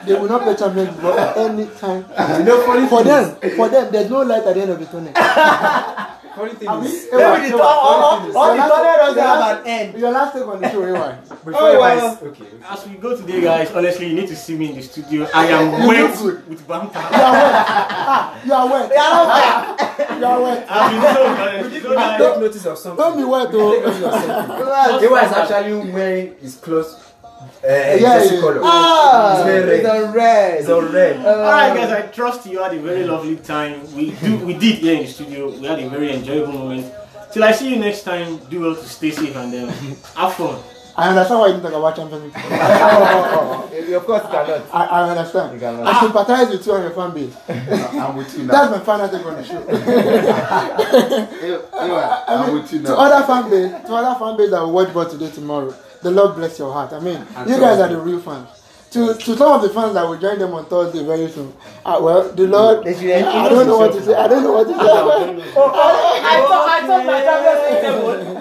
S1: they will not play Champions League football at any time.
S5: You know, funny
S1: For
S5: thing
S1: them, for them, there's no light at the end of the tunnel.
S5: is- funny thing is,
S4: Maybe the all, all, all, all the tunnel doesn't have an end.
S1: Your last take on the show, eh, Ewan.
S5: before
S4: Oh,
S5: you
S4: wow.
S5: guys, okay.
S2: As we go today, guys, honestly, you need to see me in the studio. I am
S1: You
S2: wet
S1: look good.
S2: with
S1: You
S2: banter.
S1: are wet. Ah, you are wet. You are wet.
S2: I've been so honest. It's so
S5: I
S2: nice.
S5: don't notice of something.
S1: Don't be wet, oh.
S5: Take
S1: though.
S5: notice of something. Ewa is actually wearing his clothes. Uh,
S1: yeah,
S5: jersey
S1: yeah.
S5: color.
S4: Ah,
S5: It's very
S4: it's
S5: red.
S4: a red.
S5: It's all red.
S2: Alright guys, I trust you had a very lovely time. We do we did here in the studio. We had a very enjoyable moment. Till I see you next time, do well to stay safe and um, have fun.
S1: I understand why you didn't talk about Champions League. football.
S4: Of course, you cannot.
S1: I, I understand.
S4: You cannot.
S1: I sympathize with you and your fan base.
S3: I'm with you now.
S1: That's my final take on the show.
S3: Anyway, I'm with you
S1: to
S3: now.
S1: other fan base, to other fan base that will watch ball today tomorrow, the Lord bless your heart. I mean,
S5: And
S1: you guys
S5: Thursday.
S1: are the real fans. To, to some of the fans that will join them on Thursday very soon. Uh, well, the Lord.
S4: They should
S1: I don't know what to say. I don't know what to say.
S4: I thought, I thought my champion